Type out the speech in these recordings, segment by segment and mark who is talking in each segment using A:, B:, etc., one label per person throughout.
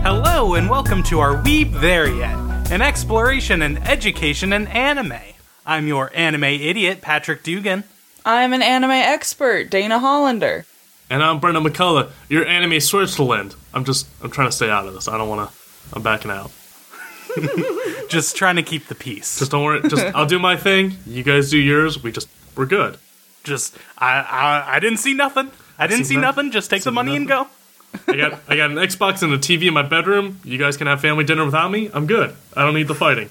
A: and welcome to our We There Yet, an exploration and education in anime. I'm your anime idiot, Patrick Dugan.
B: I'm an anime expert, Dana Hollander.
C: And I'm Brendan McCullough, your anime Switzerland. I'm just, I'm trying to stay out of this. I don't want to, I'm backing out.
A: Just trying to keep the peace.
C: Just don't worry, just, I'll do my thing. You guys do yours. We just, we're good.
A: Just, I, I, I didn't see nothing. I didn't see
C: Seen nothing.
A: nothing. Just take the money and go.
C: I got, I got an Xbox and a TV in my bedroom. You guys can have family dinner without me. I'm good. I don't need the fighting.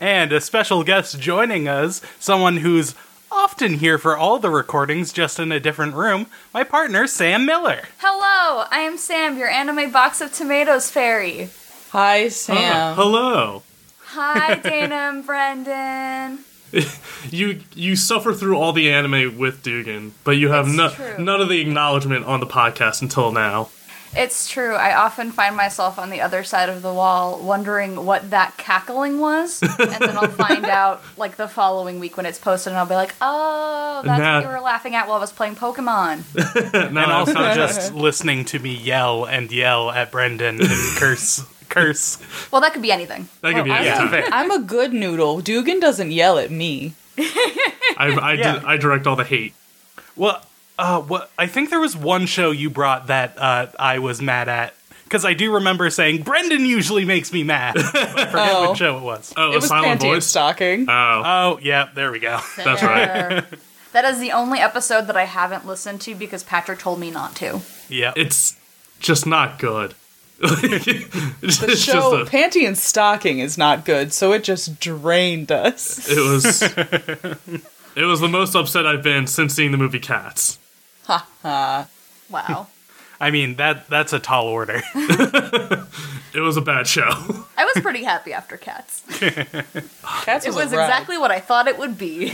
A: And a special guest joining us, someone who's often here for all the recordings, just in a different room, my partner, Sam Miller.
D: Hello, I am Sam, your anime box of tomatoes fairy.
B: Hi,
C: Ah,
B: Sam.
C: hello.
D: Hi, Dana and Brendan.
C: You, you suffer through all the anime with Dugan, but you have no,
D: That's true.
C: none of the acknowledgement on the podcast until now.
D: It's true, I often find myself on the other side of the wall wondering what that cackling was, and then I'll find out like the following week when it's posted, and I'll be like, oh, that's
C: Nah.
D: what you were laughing at while I was playing Pokemon.
C: Now
A: and
C: I'm
A: also
C: conscious.
A: just listening to me yell and yell at Brendan and curse, curse.
D: Well, that could be anything.
C: that could be
B: I-
C: it.
A: Yeah, fair.
B: I'm a good noodle. Dugan doesn't yell at me.
C: I, I,
A: Yeah.
C: did, I direct all the hate.
A: Well, uh, what I think there was one show you brought that uh, I was mad at because I do remember saying Brendan usually makes me mad. But I forget
B: Oh.
A: what show it was.
C: Oh,
B: It
C: a
B: was
C: silent
B: panty and
C: voice.
B: stocking.
C: Oh,
A: Oh, yeah, there we go.
C: that's right.
D: That is the only episode that I haven't listened to because Patrick told me not to.
A: Yeah,
C: It's just not good. it's
B: the
C: just
B: show
C: a-
B: Panty and Stocking is not good, so it just drained us.
C: it was it was the most upset I've been since seeing the movie Cats.
D: Wow.
A: I mean that that's a tall order.
C: It was a bad show.
D: I was pretty happy after Cats.
B: Cats
D: It
B: was,
D: was
B: a ride.
D: exactly what I thought it would be.
C: yeah,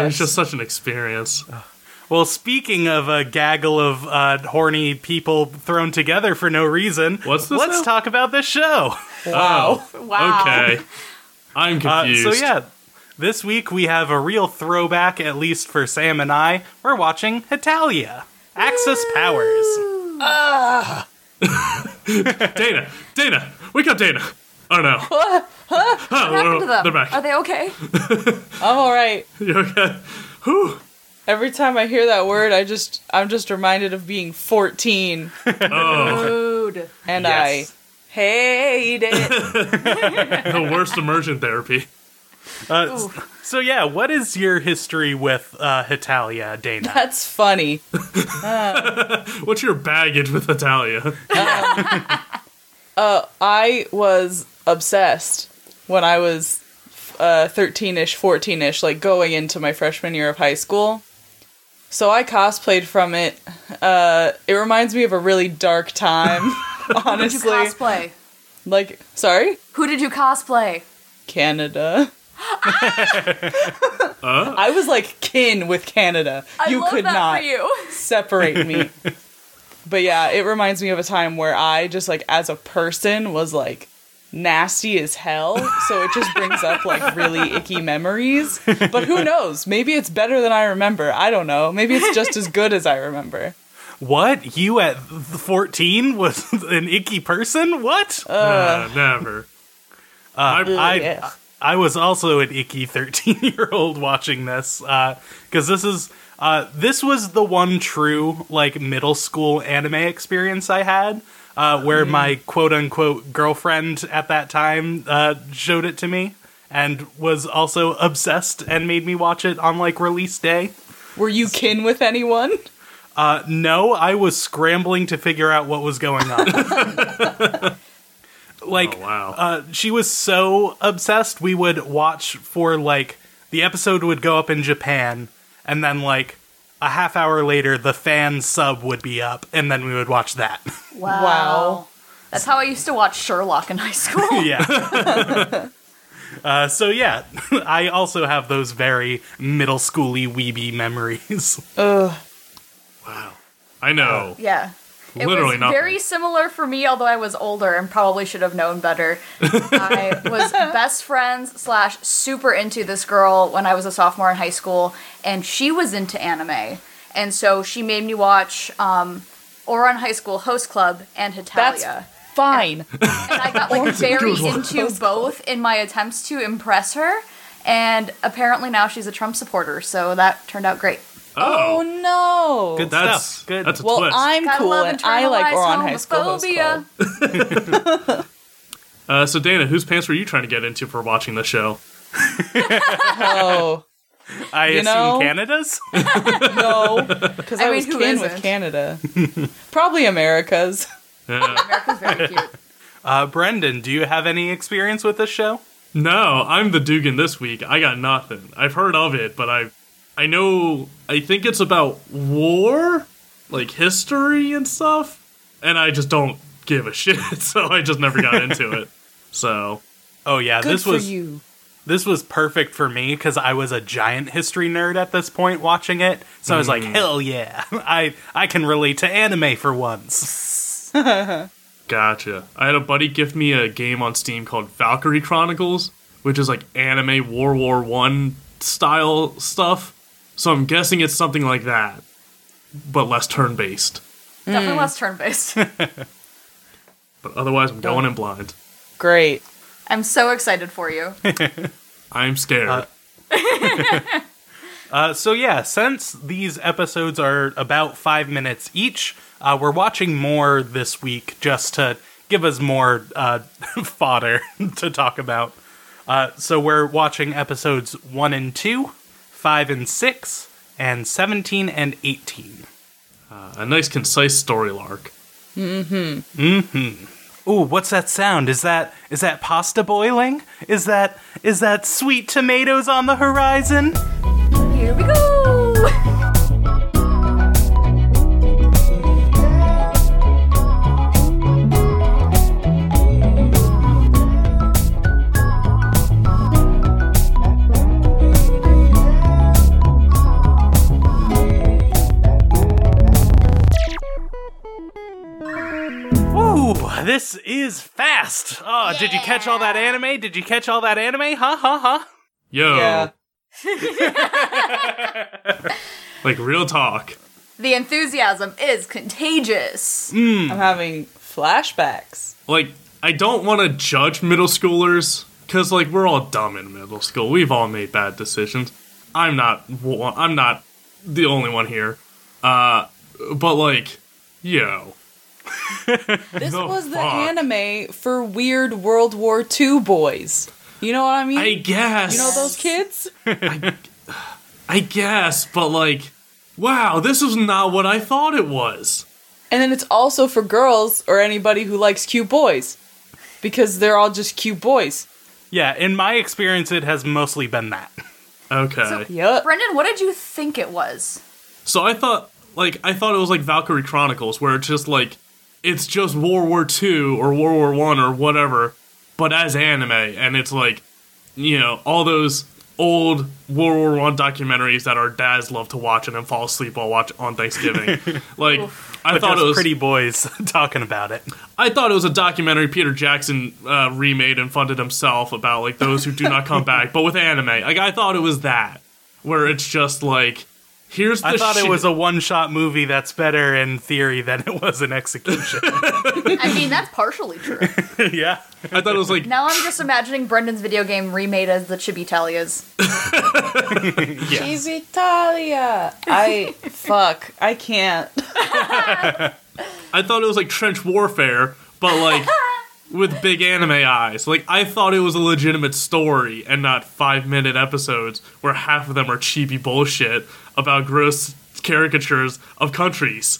C: it was
B: Yes.
C: just such an experience.
A: Oh. well, speaking of a gaggle of uh, horny people thrown together for no reason,
C: What's this
A: let's
C: now?
A: talk about this show.
B: Wow.
D: Wow.
C: Okay, I'm
A: Uh,
C: confused.
A: so yeah, this week we have a real throwback, at least for Sam and I. We're watching Italia, Axis Powers.
C: Dana, Dana, wake up, Dana. Oh no. Oh,
D: What happened to them?
C: They're back.
D: Are they okay?
B: I'm all right.
C: Oh. you okay?
B: Every time I hear that word, I just I'm just reminded of being 14
D: Food.
B: and
A: Yes.
B: I hate it.
C: The worst immersion therapy.
A: Uh, so yeah, what is your history with uh, Hitalia, Dana?
B: That's funny.
C: What's your baggage with Italia?
B: I was obsessed when I was uh, 13ish, 14ish, like going into my freshman year of high school. So I cosplayed from it. Uh, it reminds me of a really dark time,
D: Who did you
B: honestly.
D: cosplay?
B: like, sorry,
D: Who did you cosplay?
B: Canada. I was like kin with Canada.
D: I
B: you
D: love
B: could
D: that
B: not
D: for you.
B: separate me. but yeah, it reminds me of a time where I just like as a person was like nasty as hell. So it just brings up like really icky memories. But who knows? Maybe it's better than I remember. I don't know. Maybe it's just as good as I remember.
A: What you at fourteen was an icky person? What?
C: Nah, never. I-
A: Uh, I
B: yeah.
A: I was also an icky thirteen year old watching this because this is uh, this was the one true like middle school anime experience I had. Uh, where my quote unquote girlfriend at that time uh, showed it to me and was also obsessed and made me watch it on like release day.
B: Were you kin with anyone?
A: Uh, No, I was scrambling to figure out what was going on. like,
C: Oh, wow.
A: uh, she was so obsessed. We would watch for like the episode would go up in Japan, and then like a half hour later, the fan sub would be up, and then we would watch that.
D: Wow.
B: Wow.
D: That's how I used to watch Sherlock in high school.
A: yeah. uh, so yeah, I also have those very middle schooly weeby memories.
C: I know.
D: Yeah. It
C: Literally
D: was
C: nothing.
D: very similar for me, although I was older and probably should have known better. I was best friends slash super into this girl when I was a sophomore in high school, and she was into anime, and so she made me watch um, Oran High School Host Club and Hitalia.
B: That's Fine.
D: and I got like very
C: Google.
D: into both in my attempts to impress her. And apparently now she's a Trump supporter, so that turned out great.
B: Oh,
C: Oh,
B: no.
A: Good
C: that's
A: stuff. Good.
C: that's a
B: well,
C: twist.
B: I'm
D: Gotta
B: cool
D: love
B: and I like
D: internalized
B: Oron High School Host
D: homophobia.
B: Club.
C: uh, so Dana, whose pants were you trying to get into for watching this show?
B: Oh
A: I
B: You
A: assume
B: know?
A: Canada's.
B: no, because
D: I
B: I,
D: mean,
B: was
D: who
B: kin with
D: isn't?
B: Canada. Probably America's.
C: Yeah.
D: America's very cute.
A: Uh, Brendan, do you have any experience with this show?
C: No, I'm the Dugan this week. I got nothing. I've heard of it, but I I know I think it's about war, like history and stuff, and I just don't give a shit, so I just never got into it. So,
A: Oh yeah,
B: Good
A: this
B: for
A: was
B: you.
A: this was perfect for me because I was a giant history nerd at this point watching it. So I was like, hell yeah, I I can relate to anime for once.
C: gotcha. I had a buddy gift me a game on Steam called Valkyrie Chronicles, which is like anime World War 1 style stuff. So I'm guessing it's something like that, but less turn-based.
B: Mm.
D: Definitely less turn based.
C: But otherwise, I'm going in blind.
B: Great.
D: I'm so excited for you.
C: I'm scared.
A: Uh, so yeah, since these episodes are about five minutes each, uh, we're watching more this week just to give us more uh, fodder to talk about. Uh, so we're watching episodes one and two, five and six, and seventeen and eighteen.
C: A nice concise story lark.
A: Ooh, what's that sound? Is that is that pasta boiling? Is that is that sweet tomatoes on the horizon?
D: Here we go!
A: Ooh, this is fast. Oh, did you catch all that anime? Did you catch all that anime? Ha ha ha.
C: Yo.
B: Yeah.
C: Like real talk.
D: The enthusiasm is contagious.
B: I'm having flashbacks.
C: Like, I don't want to judge middle schoolers because, like, we're all dumb in middle school. We've all made bad decisions. I'm not. wa- I'm not the only one here. Uh, but like, yo,
B: This
C: The
B: was the
C: fuck?
B: anime for weird World War II boys. You know what I mean?
C: I guess.
B: you know those kids?
C: I guess, but like, wow, this is not what I thought it was.
B: And then it's also for girls or anybody who likes cute boys. Because they're all just cute boys.
A: Yeah, in my experience, it has mostly been that.
C: Okay.
B: Yup.
D: Brendan, what did you think it was?
C: So I thought, like, I thought it was like Valkyrie Chronicles, where it's just like, it's just World War Two or World War One or whatever, but as anime, and it's like, you know, all those old World War One documentaries that our dads love to watch and then fall asleep while watch on Thanksgiving. like, I
A: But
C: thought
A: those
C: it was
A: pretty boys talking about it.
C: I thought it was a documentary Peter Jackson uh, remade and funded himself about like those who do not come back, but with anime. Like, I thought it was that, where it's just like, here's the
A: I thought
C: shit.
A: it was a one-shot movie that's better in theory than it was in execution.
D: I mean, that's partially true.
A: yeah.
C: I thought it was like
D: Now I'm just imagining Brendan's video game remade as the Chibitalias.
B: She's Italia. I fuck. I can't.
C: I thought it was like trench warfare, but like with big anime eyes. Like I thought it was a legitimate story and not five minute episodes where half of them are cheapy bullshit about gross caricatures of countries.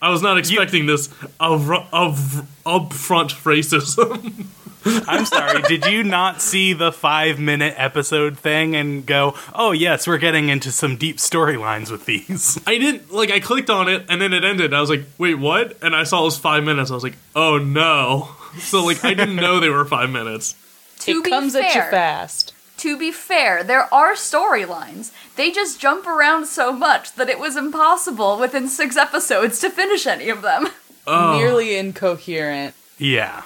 C: I was not expecting this of of upfront racism.
A: I'm sorry. did you not see the five-minute episode thing and go, "Oh yes, we're getting into some deep storylines with these"?
C: I didn't like. I clicked on it and then it ended. I was like, "Wait, what?" And I saw it was five minutes. I was like, "Oh no!" So like, I didn't know they were five minutes.
D: To
B: it
D: be
B: comes
D: fair,
B: at you fast.
D: to be fair, there are storylines. They just jump around so much that it was impossible within six episodes to finish any of them.
C: Oh.
B: Nearly incoherent.
A: Yeah.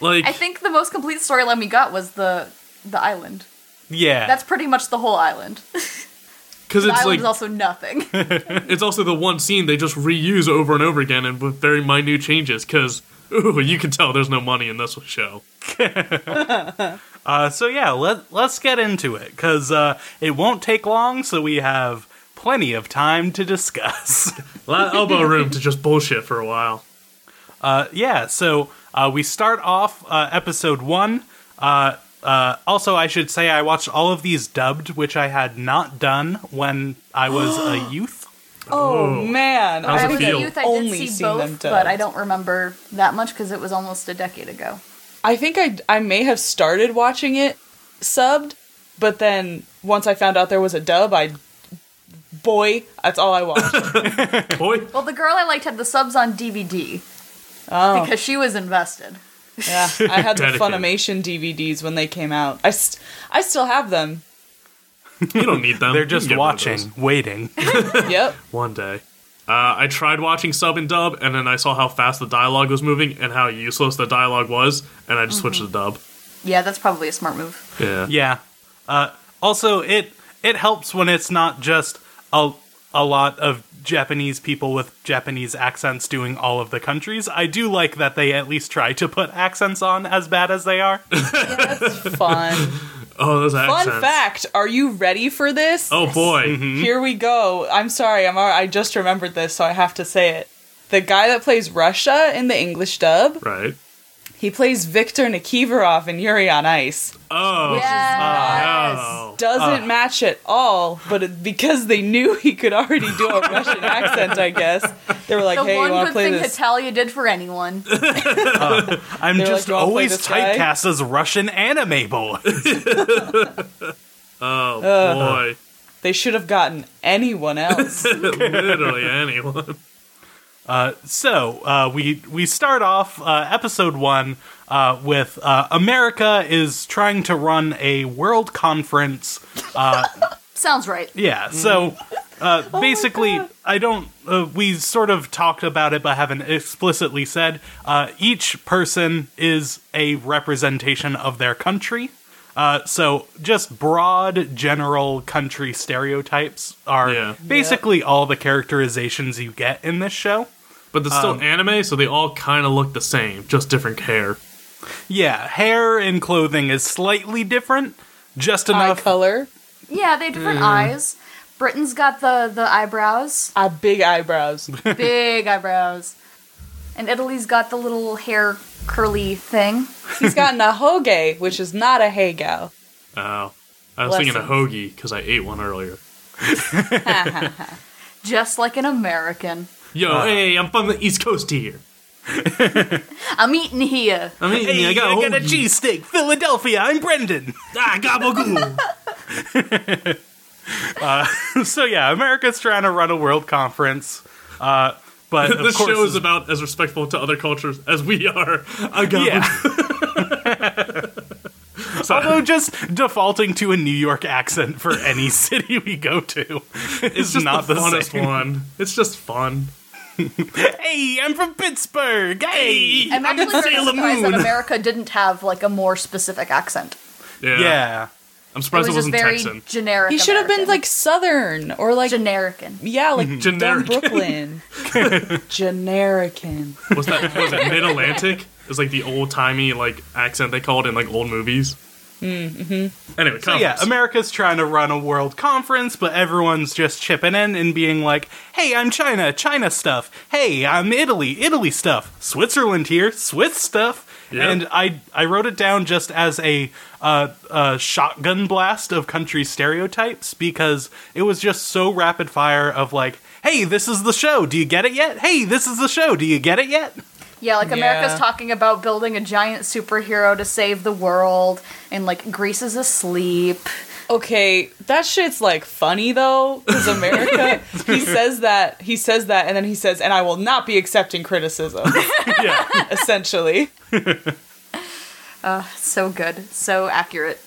C: Like,
D: I think the most complete storyline we got was the the island.
A: Yeah.
D: That's pretty much the whole island.
C: because
D: The
C: it's
D: island
C: like
D: is also nothing.
C: It's also the one scene they just reuse over and over again and with very minute changes because Ooh, you can tell there's no money in this show.
A: Uh, so yeah, let let's get into it because uh, it won't take long, so we have plenty of time to discuss.
C: A lot of elbow room to just bullshit for a while.
A: Uh, yeah, so uh, we start off uh, episode one. Uh, uh, also, I should say I watched all of these dubbed, which I had not done when I was a youth.
B: Oh, man,
C: How's
B: I
C: it
D: I
B: was
D: was
C: feel?
D: a youth. I
B: Only
D: did see
B: seen them
D: both, but I
B: dubbed.
D: don't remember that much because it was almost a decade ago.
B: I think I I may have started watching it subbed, but then once I found out there was a dub, I boy, that's all I watched.
C: Boy,
D: Well, the girl I liked had the subs on DVD
B: oh,
D: because she was invested.
B: yeah, I had the
C: Dedicated.
B: Funimation DVDs when they came out. I st- I still have them.
C: you don't need them.
A: They're
C: You can
A: just
C: get rid of those.
A: watching, waiting.
B: Yep.
C: One day. Uh, I tried watching sub and dub, and then I saw how fast the dialogue was moving and how useless the dialogue was, and I just switched to dub.
D: Yeah, that's probably a smart move.
C: Yeah.
A: Yeah. Uh, also, it it helps when it's not just a a lot of Japanese people with Japanese accents doing all of the countries. I do like that they at least try to put accents on as bad as they are.
B: Fun.
C: Oh, those accents.
B: Fun fact. Are you ready for this?
C: Oh boy.
A: Mm-hmm.
B: Here we go. I'm sorry. I'm. al- I just remembered this, so I have to say it. The guy that plays Russia in the English dub,
C: Right.
B: he plays Victor Nikiforov in Yuri on Ice.
C: Oh.
D: Yes.
C: Oh.
B: Doesn't match at all, but it, because they knew he could already do a Russian accent, I guess they were like,
D: the
B: "Hey, you
D: one
B: want
D: good
B: to play
D: thing
B: this?"
D: Italia did for anyone.
A: I'm just
B: They're like, "You wanna play
A: always
B: this guy?"
A: typecast as Russian anime boy.
C: Oh
B: they should have gotten anyone else.
C: boy. Literally anyone.
A: so uh, we we start off uh, episode one uh, with uh, America is trying to run a world conference
D: Sounds right.
A: Yeah. So uh, basically, I don't. Uh, we sort of talked about it, but haven't explicitly said. Uh, each person is a representation of their country. Uh, so just broad, general country stereotypes are
C: Yeah.
A: basically all the characterizations you get in this show.
C: But they're
A: Um,
C: still anime, so they all kind of look the same, just different hair.
A: Yeah, hair and clothing is slightly different, just
B: Eye
A: enough.
B: color,
D: Yeah, they had different eyes. Britain's got the the eyebrows,
B: uh, big eyebrows.
D: big eyebrows, and Italy's got the little hair curly thing.
B: He's got a hoge, which is not a hagao.
C: Oh. I was
B: Bless
C: thinking a
B: him.
C: hoagie because I ate one earlier.
D: just like an American.
C: Yo,
A: Uh,
C: hey, I'm from the East Coast here.
D: I'm eating here.
C: I mean,
A: Hey,
C: I got a hoagie.
A: cheesesteak, Philadelphia. I'm Brendan.
C: Ah, gabagool.
A: so yeah, America's trying to run a world conference, uh, but of
C: this
A: course,
C: show is about as respectful to other cultures as we are. I got
A: yeah. Although just defaulting to a New York accent for any city we go to
C: It's
A: is
C: just
A: not the,
C: the, funnest
A: same.
C: one. It's just fun.
A: Hey, I'm from Pittsburgh. Hey,
D: I'm actually very
C: Sailor
D: surprised
C: Moon.
D: that America didn't have like a more specific accent.
C: Yeah.
A: yeah.
C: I'm
D: It
C: surprised
D: was
C: it,
D: just
C: wasn't
D: very
C: Texan.
D: generic.
B: He should have been
D: American.
B: like southern or like
D: generican.
B: yeah, like dumb
C: Generic.
B: Brooklyn, generican.
C: Was that, what was that Mid Atlantic? It's like the old timey like accent they called in like old movies.
D: Mm,
C: Mm-hmm. Anyway,
A: So yeah,
C: conference.
A: America's trying to run a world conference, but everyone's just chipping in and being like, "Hey, I'm China, China stuff. Hey, I'm Italy, Italy stuff. Switzerland here, Swiss stuff."
C: Yeah.
A: And I I wrote it down just as a uh, a shotgun blast of country stereotypes because it was just so rapid fire of like, "Hey, this is the show. Do you get it yet? Hey, this is the show. Do you get it yet?"
D: Yeah, like America's
B: Yeah.
D: talking about building a giant superhero to save the world, and like Greece is asleep.
B: Okay, that shit's like funny though, because America. he says that he says that, and then he says, "And I will not be accepting criticism."
A: yeah.
B: essentially,
D: So good, so accurate.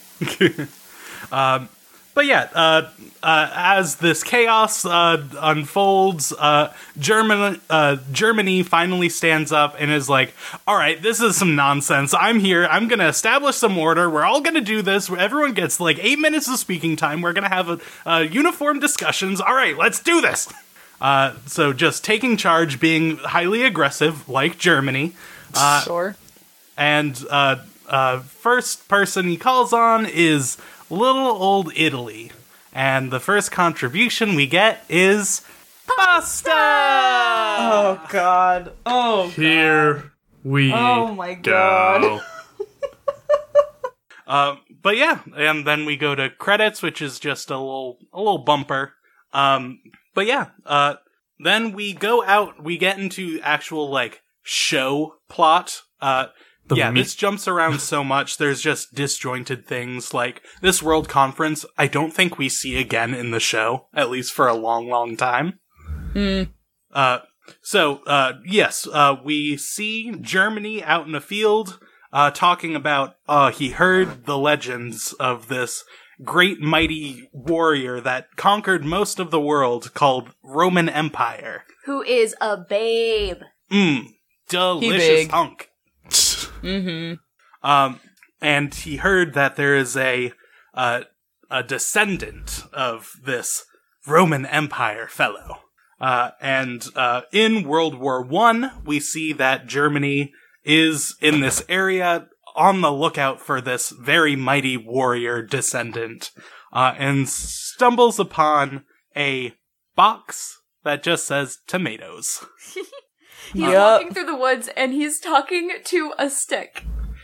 A: But yeah, uh, uh, as this chaos uh, unfolds, uh, German, uh, Germany finally stands up and is like, all right, this is some nonsense. I'm here. I'm going to establish some order. We're all going to do this. Everyone gets like eight minutes of speaking time. We're going to have a, uh uniform discussions. All right, let's do this. Uh, so just taking charge, being highly aggressive, like Germany. Uh,
B: sure.
A: and uh, uh, first person he calls on is little old Italy, and the first contribution we get is pasta.
B: Oh god. Oh
C: Here we
B: Oh my God.
C: go.
A: Um, but yeah, and then we go to credits, which is just a little a little bumper. Um, but yeah, uh, then we go out. We get into actual like show plot. Uh, yeah,
C: meat.
A: this jumps around so much. There's just disjointed things like this World Conference. I don't think we see again in the show, at least for a long, long time. Uh, so uh, yes, uh, we see Germany out in a field uh, talking about uh, he heard the legends of this great mighty warrior that conquered most of the world called Roman Empire.
D: Who is a babe?
A: Mmm, delicious
B: big.
A: hunk. Um, and he heard that there is a uh, a descendant of this Roman Empire fellow. Uh, and uh, in World War One, we see that Germany is in this area on the lookout for this very mighty warrior descendant, uh, and stumbles upon a box that just says tomatoes.
D: He's
B: Yup.
D: walking through the woods and he's talking to a stick.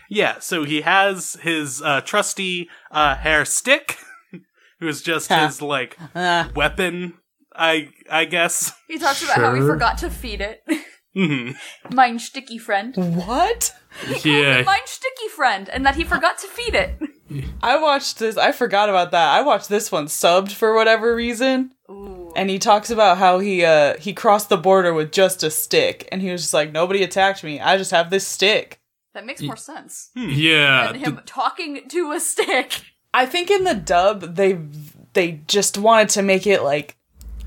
A: Yeah, so he has his uh, trusty uh, hair stick, who is just
B: Ha.
A: his like
B: Ah.
A: weapon, I I guess.
D: He talks about how he
C: Sure.
D: forgot to feed it.
A: hmm
D: Mine sticky friend.
B: Mm. What?
C: Yeah.
D: Mine sticky friend, and that he forgot to feed it.
B: I watched this. I forgot about that. I watched this one subbed for whatever reason. And he talks about how he uh he crossed the border with just a stick and he was just like nobody attacked me. I just have this stick.
D: That makes more sense
B: Hmm.
C: Yeah.
D: than him talking to a stick.
B: I think in the dub they they just wanted to make it like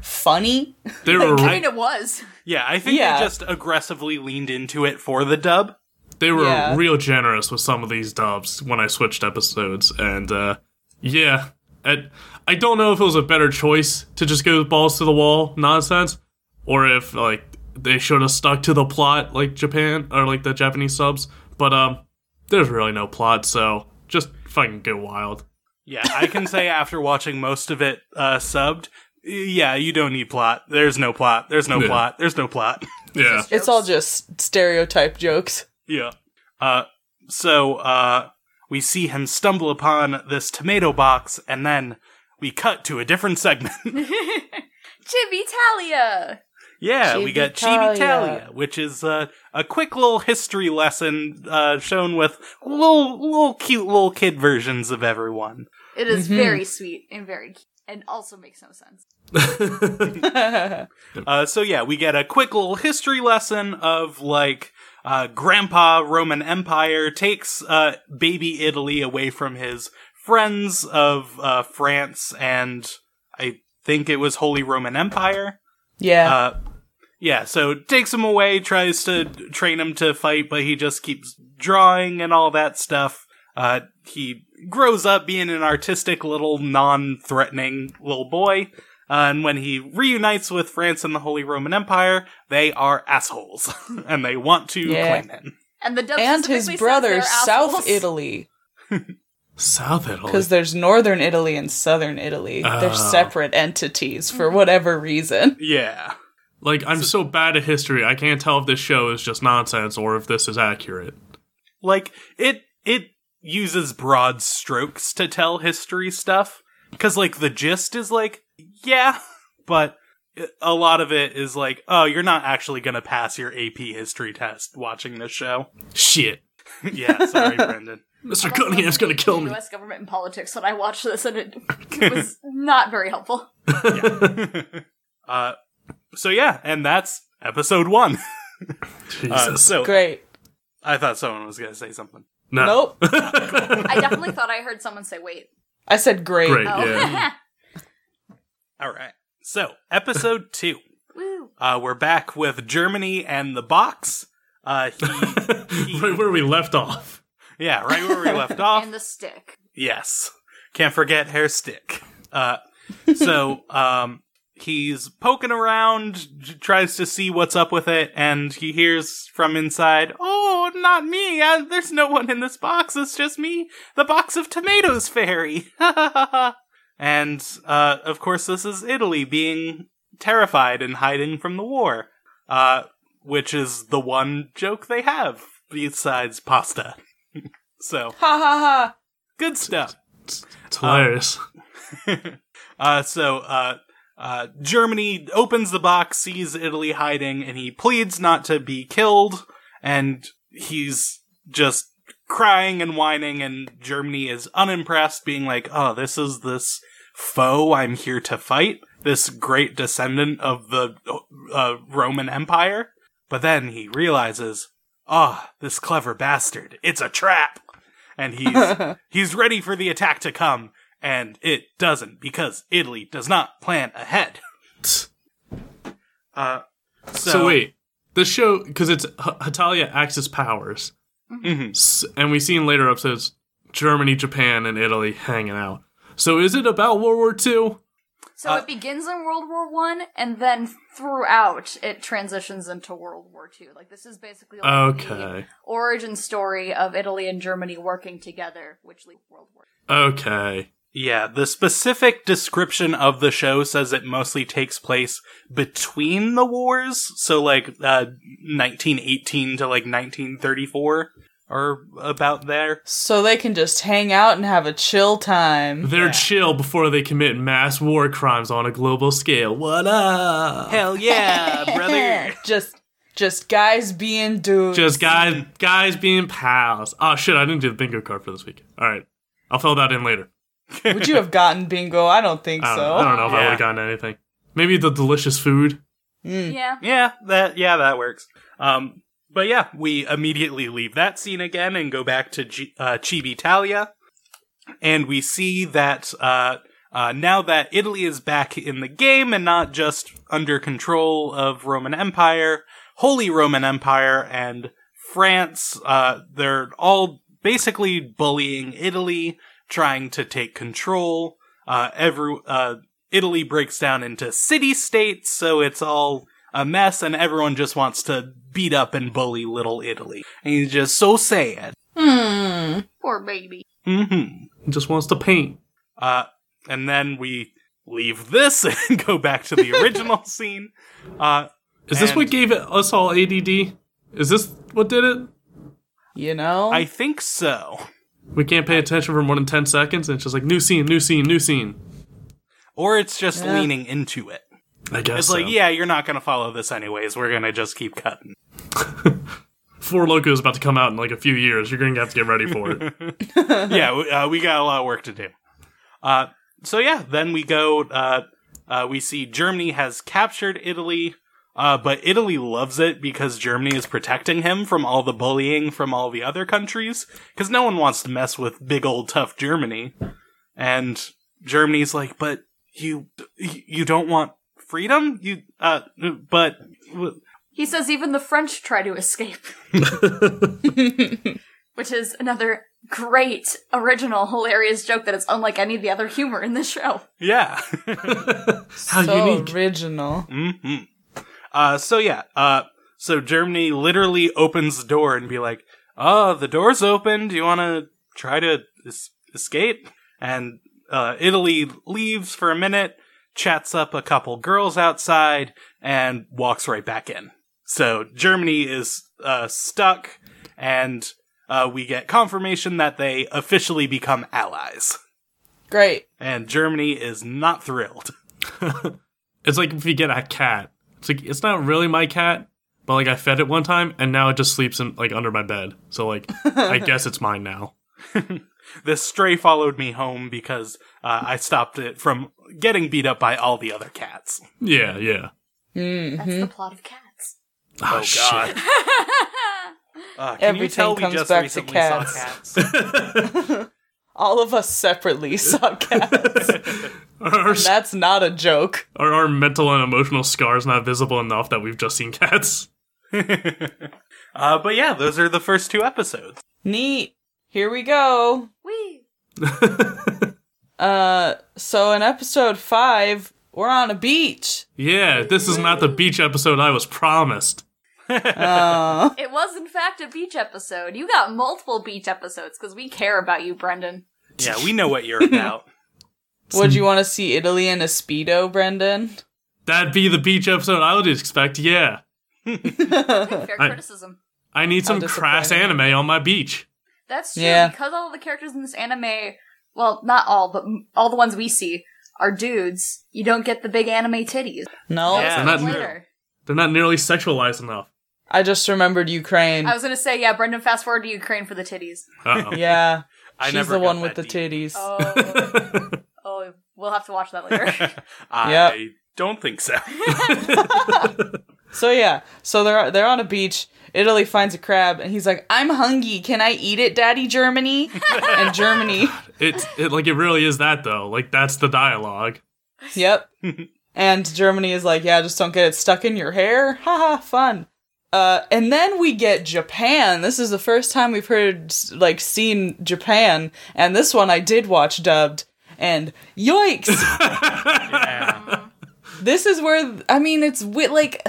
B: funny.
C: They were
D: I mean, it was.
A: Yeah, I think
B: Yeah.
A: they just aggressively leaned into it for the dub.
C: they were
B: Yeah.
C: real generous with some of these dubs when I switched episodes, and uh, yeah, I, I don't know if it was a better choice to just go balls to the wall nonsense, or if like they should have stuck to the plot like Japan or like the Japanese subs. But um, there's really no plot, so just fucking go wild.
A: Yeah, I can say after watching most of it uh, subbed, yeah, you don't need plot. There's no plot. There's no
C: Yeah.
A: plot. There's no plot.
C: Yeah,
B: It's all just stereotype jokes.
A: Yeah. Uh, so uh, we see him stumble upon this tomato box, and then we cut to a different segment.
D: Chivitalia!
A: yeah, we got Chibi
B: Chibitalia.
A: Talia, which is uh, a quick little history lesson uh, shown with little, little cute little kid versions of everyone.
D: It is
B: Mm-hmm.
D: very sweet and very cute, and also makes no sense.
A: Uh, so yeah, we get a quick little history lesson of like uh, Grandpa Roman Empire takes uh, baby Italy away from his friends of uh, France and I think it was Holy Roman Empire.
B: Yeah.
A: Uh, yeah, so takes him away, tries to train him to fight, but he just keeps drawing and all that stuff. Uh, he grows up being an artistic little non-threatening little boy. Uh, and when he reunites with France and the Holy Roman Empire, they are assholes, and they want to
B: Yeah.
A: claim him.
D: And the dub
B: and his
D: specifically says
B: brother
D: they're
B: South
D: assholes.
B: Italy
C: South Italy.
B: because there's northern Italy and southern Italy. They're
C: Ah.
B: separate entities for whatever reason.
A: Yeah,
C: Like I'm so bad at history, I can't tell if this show is just nonsense or if this is accurate.
A: like it it uses broad strokes to tell history stuff because like the gist is like yeah but i- a lot of it is like oh you're not actually gonna pass your ap history test watching this show
C: Shit,
A: yeah sorry brendan
C: Mr. Cunningham's gonna kill me.
D: U.S. government and politics when I watched this, and it was not very helpful.
A: uh so yeah and that's episode one Uh,
C: Jesus.
A: so
B: Great.
A: i thought someone was gonna say something
C: No.
B: Nope.
D: I definitely thought I heard someone say, "Wait."
B: I said great.
C: Great.
D: Oh.
C: Yeah.
A: all right so episode two
D: Woo.
A: uh we're back with germany and the box uh he, he
C: right where we left off.
A: Yeah, right where we left off.
D: And the stick.
A: yes. Can't forget hair stick. Uh, so, um, he's poking around, j- tries to see what's up with it, and he hears from inside, "Oh, not me! I, there's no one in this box. It's just me, the box of tomatoes fairy." and uh, of course, this is Italy being terrified and hiding from the war, uh, which is the one joke they have besides pasta. so
B: Ha ha ha.
A: good stuff.
C: It's hilarious.
A: Uh, so uh, uh, Germany opens the box, sees Italy hiding, and he pleads not to be killed. And he's just crying and whining, and Germany is unimpressed, being like, "Oh, this is this foe I'm here to fight, this great descendant of the uh, Roman Empire." But then he realizes, "Ah, this clever bastard! It's a trap." And he's he's ready for the attack to come, and it doesn't because Italy does not plan ahead. Uh, so,
C: so, wait, the show because it's H- Hitalia Axis powers,
A: Mhm.
C: S- and we see in later episodes Germany, Japan, and Italy hanging out. So is it about World War II?
D: So it begins in World War One, and then throughout it transitions into World War Two. Like this is basically like the
C: Okay,
D: origin story of Italy and Germany working together, which leads to World War.
C: okay,
A: Yeah, the specific description of the show says it mostly takes place between the wars, so like uh, 1918 to like 1934 or about there.
B: So they can just hang out and have a chill time.
C: they're chill before they commit mass war crimes on a global scale. What up?
A: Hell yeah, brother.
B: just just guys being dudes.
C: Just guys, guys being pals. Oh shit, I didn't do the bingo card for this week. All right, I'll fill that in later.
B: Would you have gotten bingo? I don't think
C: I don't,
B: so.
C: I don't know if I
A: Yeah.
C: would have gotten anything. Maybe the delicious food.
D: Two. Yeah,
A: Yeah, that yeah, that works. Um, but yeah, we immediately leave that scene again and go back to G- uh, Chibi Italia, and we see that uh, uh, now that Italy is back in the game and not just under control of Roman Empire, Holy Roman Empire, and France, uh, they're all basically bullying Italy, trying to take control. Uh, every uh, Italy breaks down into city states, so it's all a mess, and everyone just wants to beat up and bully little Italy. And he's just so sad.
D: poor baby.
A: hmm
C: Just wants to paint.
A: Uh, and then we leave this and go back to the original scene. Uh,
C: Is this
A: And-
C: what gave it, us all ADD? Is this what did it?
B: You know?
A: I think so.
C: We can't pay attention for more than 10 seconds, and it's just like, new scene, new scene, new scene.
A: Or it's just
B: Yeah.
A: leaning into it.
C: I guess.
A: It's like, yeah, you're not gonna follow this anyways. We're gonna just keep cutting.
C: Four Loco is about to come out in like a few years. You're going to have to get ready for it.
A: yeah, we, uh, we got a lot of work to do. Uh, so yeah, then we go. Uh, uh, we see Germany has captured Italy, uh, but Italy loves it because Germany is protecting him from all the bullying from all the other countries. Because no one wants to mess with big old tough Germany, and Germany's like, but you you don't want freedom. You uh, but
D: He says even the French try to escape, which is another great, original, hilarious joke that is unlike any of the other humor in this show.
A: yeah.
C: How
B: so
C: unique. Mm.
B: original.
A: hmm Uh, so yeah, uh, so Germany literally opens the door and be like, "Oh, the door's open. Do you want to try to es- escape?" And uh, Italy leaves for a minute, chats up a couple girls outside, and walks right back in. So Germany is uh, stuck, and uh, we get confirmation that they officially become allies.
B: Great.
A: And Germany is not thrilled.
C: It's like if you get a cat. It's like, it's not really my cat, but like I fed it one time, and now it just sleeps in like under my bed. So like, I guess it's mine now.
A: this stray followed me home because uh, I stopped it from getting beat up by all the other cats.
C: Yeah, yeah.
D: That's the plot of Cats.
C: Oh, God.
A: Uh, can you
B: Everything
A: tell
B: comes
A: we just
B: back to
A: recently
B: cats.
A: saw cats?
B: All of us separately suck cats.
C: Our,
B: That's not a joke.
C: our, our mental and emotional scars not visible enough that we've just seen cats.
A: uh, but yeah, those are the first two episodes.
B: Neat. Here we go.
D: We
B: Uh, so in episode five, We're on a beach.
C: Yeah, this is not the beach episode I was promised.
D: It was, in fact, a beach episode. You got multiple beach episodes because we care about you, Brendan.
A: Yeah, we know what you're about.
B: Would you want to see Italy in a speedo, Brendan?
C: That'd be the beach episode I would expect, yeah.
D: Fair
C: I-
D: criticism.
C: I need some crass
B: disappointing.
C: anime on my beach.
D: That's true
B: Yeah.
D: because all the characters in this anime, well, not all, but m- all the ones we see are dudes. You don't get the big anime titties.
B: No.
A: Yeah.
D: That's
C: not-
D: later.
C: They're not nearly sexualized enough.
B: I just remembered Ukraine.
D: I was gonna say, yeah, Brendan, fast forward to Ukraine for the titties.
C: Uh-oh.
B: yeah.
A: I
B: She's
A: never
B: the
A: got
B: one with the
A: that deep.
B: titties.
D: Oh, oh, we'll have to watch that later.
A: I
B: Yep.
A: don't think so.
B: So yeah, so they're they're on a beach. Italy finds a crab and he's like, "I'm hungry. Can I eat it, Daddy Germany?" and Germany,
C: It, it like it really is that though. Like that's the dialogue.
B: yep. and Germany is like, "Yeah, just don't get it stuck in your hair." Haha, fun. Uh, and then we get Japan. This is the first time we've heard like seen Japan, and this one I did watch dubbed. And yikes! this is where I mean it's wi- like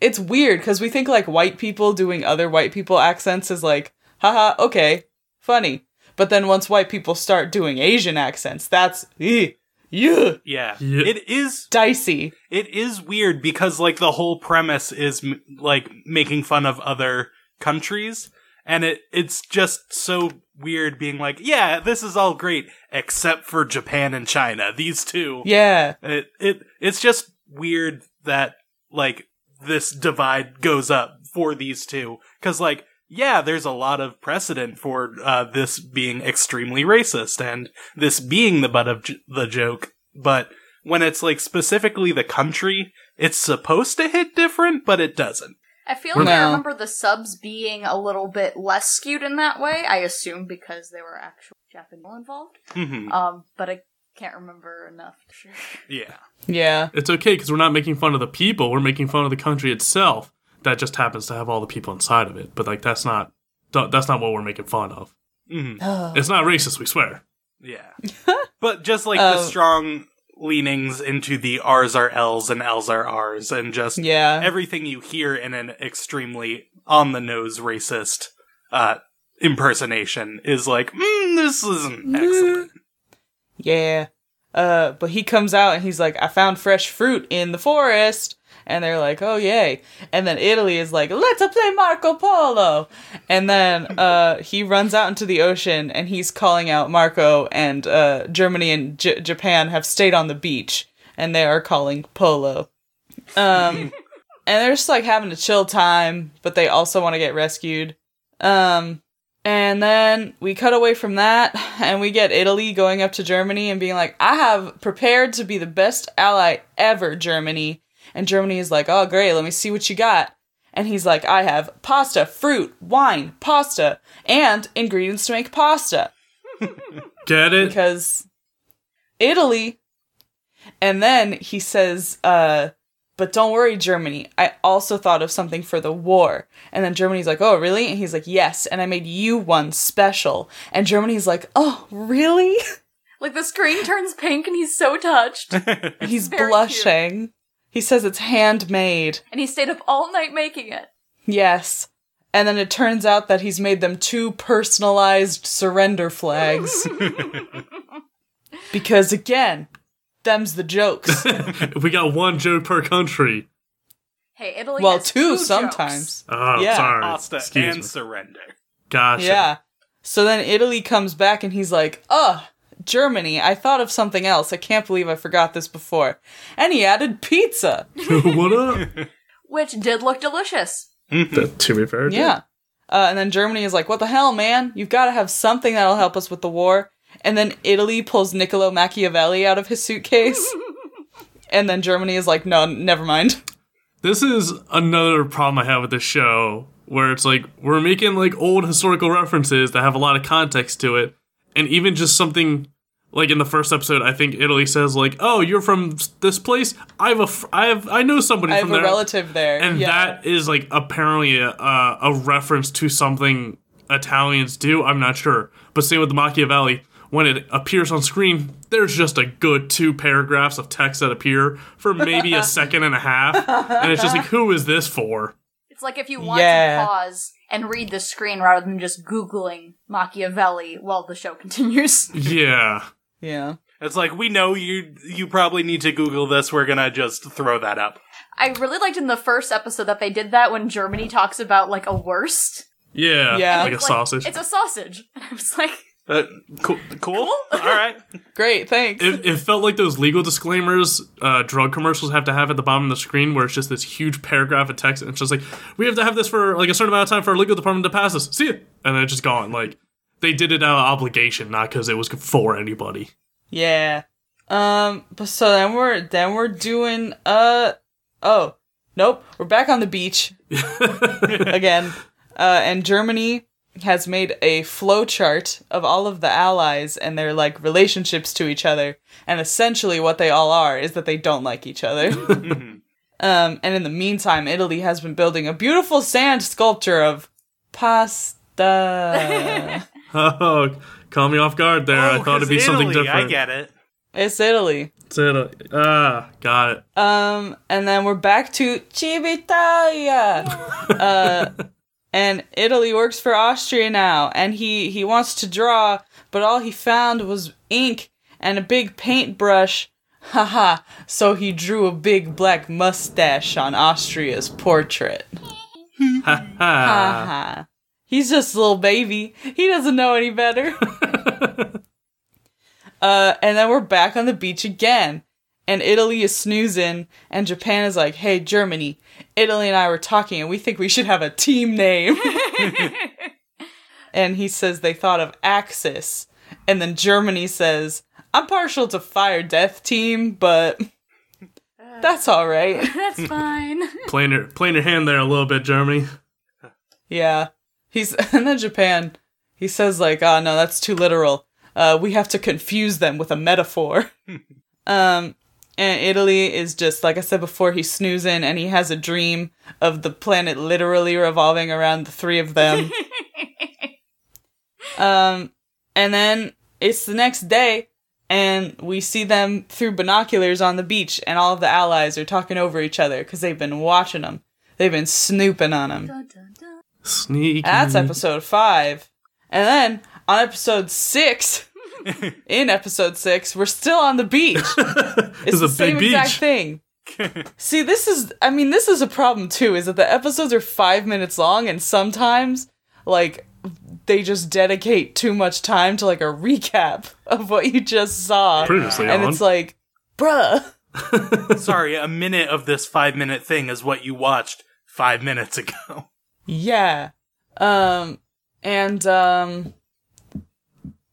B: it's weird because we think like white people doing other white people accents is like haha okay funny but then once white people start doing Asian accents that's eh, yeah
A: Yeah.
C: Yeah.
A: It is
B: dicey
A: it is weird because like the whole premise is m- like making fun of other countries and it it's just so weird being like, yeah, this is all great except for Japan and China. These two.
B: yeah
A: It it it's just weird that like this divide goes up for these two cuz like yeah, there's a lot of precedent for uh, this being extremely racist and this being the butt of j- the joke, but when it's like specifically the country, it's supposed to hit different, but it doesn't.
D: I feel like I
B: No.
D: remember the subs being a little bit less skewed in that way. I assume because they were actual Japanese involved.
A: Mhm.
D: Um, but I can't remember enough. for Sure.
A: Yeah.
B: yeah
C: It's okay because we're not making fun of the people. We're making fun of the country itself. That just happens to have all the people inside of it. But like that's not th- that's not what we're making fun of.
A: Mhm.
C: It's not racist. We swear.
A: Yeah. but just like the
B: Oh.
A: strong leanings into the R's are L's and L's are R's and just
B: yeah
A: everything you hear in an extremely on the nose racist uh, impersonation is like, mm, this isn't excellent.
B: yeah uh but he comes out and he's like I found fresh fruit in the forest and they're like oh yay and then Italy is like let's play Marco Polo and then uh he runs out into the ocean and he's calling out Marco and uh Germany and J- Japan have stayed on the beach and they are calling Polo um and they're just like having a chill time but they also want to get rescued um and then we cut away from that and we get Italy going up to Germany and being like, I have prepared to be the best ally ever, Germany. And Germany is like, oh, great, let me see what you got. And he's like, I have pasta, fruit, wine, pasta, and ingredients to make pasta
C: Get it?
B: because Italy. And then he says, uh, but don't worry, Germany. I also thought of something for the war. And then Germany's like, oh, really? And he's like, yes. And I made you one special. And Germany's like, oh, really?
D: Like the screen turns pink and he's so touched. and
B: And he's
D: very
B: blushing. He says it's handmade.
D: he stayed up all night making it.
B: Yes. And then it turns out that he's made them two personalized surrender flags. because again, them's the jokes.
C: we got one joke per country.
D: Hey, Italy.
B: well,
D: has
B: two,
D: jokes.
B: sometimes.
C: Oh,
B: Yeah,
C: sorry.
A: Pasta
C: Excuse
A: and
C: me.
A: surrender.
C: Gotcha.
B: Yeah. So then Italy comes back and he's like, "Ugh, Germany, I thought of something else. I can't believe I forgot this before." And he added pizza.
C: what up?
D: which did look delicious.
C: That, to be fair,
B: Yeah. Uh, and then Germany is like, "What the hell, man? You've got to have something that'll help us with the war." And then Italy pulls Niccolo Machiavelli out of his suitcase. and then Germany is like, "No, never mind."
C: This is another problem I have with this show where it's like we're making like old historical references that have a lot of context to it and even just something like in the first episode I think Italy says like oh you're from s- this place I have a fr- I have I know somebody
B: I have
C: from
B: a
C: there
B: relative there.
C: and that is like apparently a, a, a reference to something Italians do I'm not sure but same with Machiavelli when it appears on screen, there's just a good two paragraphs of text that appear for maybe a second and a half. And it's just like, who is this for?
D: It's like if you want
B: Yeah.
D: to pause and read the screen rather than just Googling Machiavelli while the show continues.
C: Yeah.
B: Yeah.
A: It's like we know you you probably need to Google this. We're gonna just throw that up.
D: I really liked in the first episode that they did that when Germany talks about like a worst.
C: Yeah.
B: Yeah.
C: Like a
D: It's
C: sausage.
D: It's a sausage. And I was like,
A: Uh, cool. cool? All right.
B: Great. Thanks.
C: it, it felt like those legal disclaimers uh, drug commercials have to have at the bottom of the screen where it's just this huge paragraph of text and it's just like we have to have this for like a certain amount of time for our legal department to pass this see ya and then it's just gone like they did it out of obligation not because it was for anybody
B: yeah. Um. But so then we're then we're doing uh oh nope we're back on the beach again. Uh, and Germany has made a flow chart of all of the allies and their like relationships to each other. And essentially, what they all are is that they don't like each other. um, and in the meantime, Italy has been building a beautiful sand sculpture of pasta.
C: oh caught me off guard there i
A: Oh,
C: thought it'd be
A: 'cause
C: something
A: Italy,
C: different
A: I get it.
B: it's Italy.
C: It's Italy. ah got it
B: Um, and then we're back to Civitalia. uh, and Italy works for Austria now, and he he wants to draw, but all he found was ink and a big paintbrush. Haha! So he drew a big black mustache on Austria's portrait.
C: ah
B: Haha! He's just a little baby. He doesn't know any better. Uh, and then we're back on the beach again. And Italy is snoozing, and Japan is like, hey, Germany, Italy and I were talking, and we think we should have a team name. and he says they thought of Axis. And then Germany says, I'm partial to Fire Death Team, but that's all right.
D: that's fine.
C: playing your playing your hand there a little bit germany
B: Yeah. He's and then Japan, he says like, "Ah, no, that's too literal. Uh, we have to confuse them with a metaphor." um, and Italy is just like I said before, he's snoozing and he has a dream of the planet literally revolving around the three of them. um, and then it's the next day. And we see them through binoculars on the beach, and all of the allies are talking over each other because they've been watching them. They've been snooping on them.
D: Dun, dun, dun.
C: sneaky
A: Ah.
B: That's episode five. And then on episode six, in episode six, we're still on the beach. It's
C: It's a
B: the same
C: big beach.
B: exact thing. See, this is, I mean, this is a problem too, is that the episodes are five minutes long and sometimes, like, they just dedicate too much time to, like, a recap of what you just saw.
C: previously
B: And
C: on
B: it's like, bruh.
A: Sorry, a minute of this five minute thing is what you watched five minutes ago.
B: Yeah. Um and um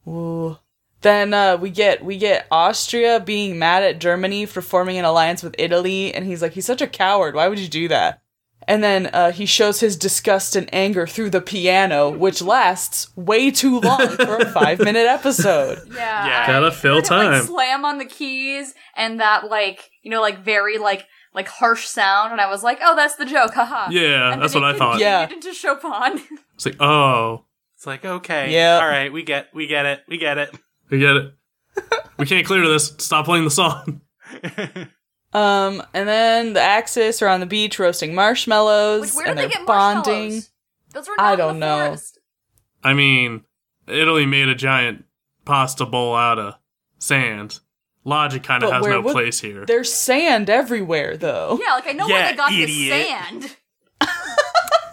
B: ooh. then uh we get we get Austria being mad at Germany for forming an alliance with Italy and he's like he's such a coward. Why would you do that? And then uh, he shows his disgust and anger through the piano, which lasts way too long for a five minute episode.
D: Yeah.
A: Yeah.
D: I
C: Gotta fill
D: heard it, like,
C: time.
D: slam on the keys and that like, you know, like very like like harsh sound and I was like, "Oh, that's the joke." Haha.
C: Yeah,
D: And
C: that's
D: then
C: what
D: it
C: I thought.
B: Yeah.
D: continued Into Chopin.
C: it's like oh
A: It's like okay,
B: Yeah.
A: all right, we get, we get it, we get it.
C: We get it. we can't clear this. Stop playing the song.
B: Um, and then the Axis are on the beach roasting marshmallows,
D: Which, where
B: and
D: did they
B: they're
D: get
B: bonding.
D: marshmallows? Those were
B: I
D: not in
B: don't
D: the
B: know.
D: forest.
C: I mean, Italy made a giant pasta bowl out of sand. Logic kind of
B: But
C: has
B: where
C: no
B: would-
C: place here.
B: There's sand everywhere, though.
D: Yeah, like I know where
A: Yeah,
D: they got the
A: idiot.
D: sand.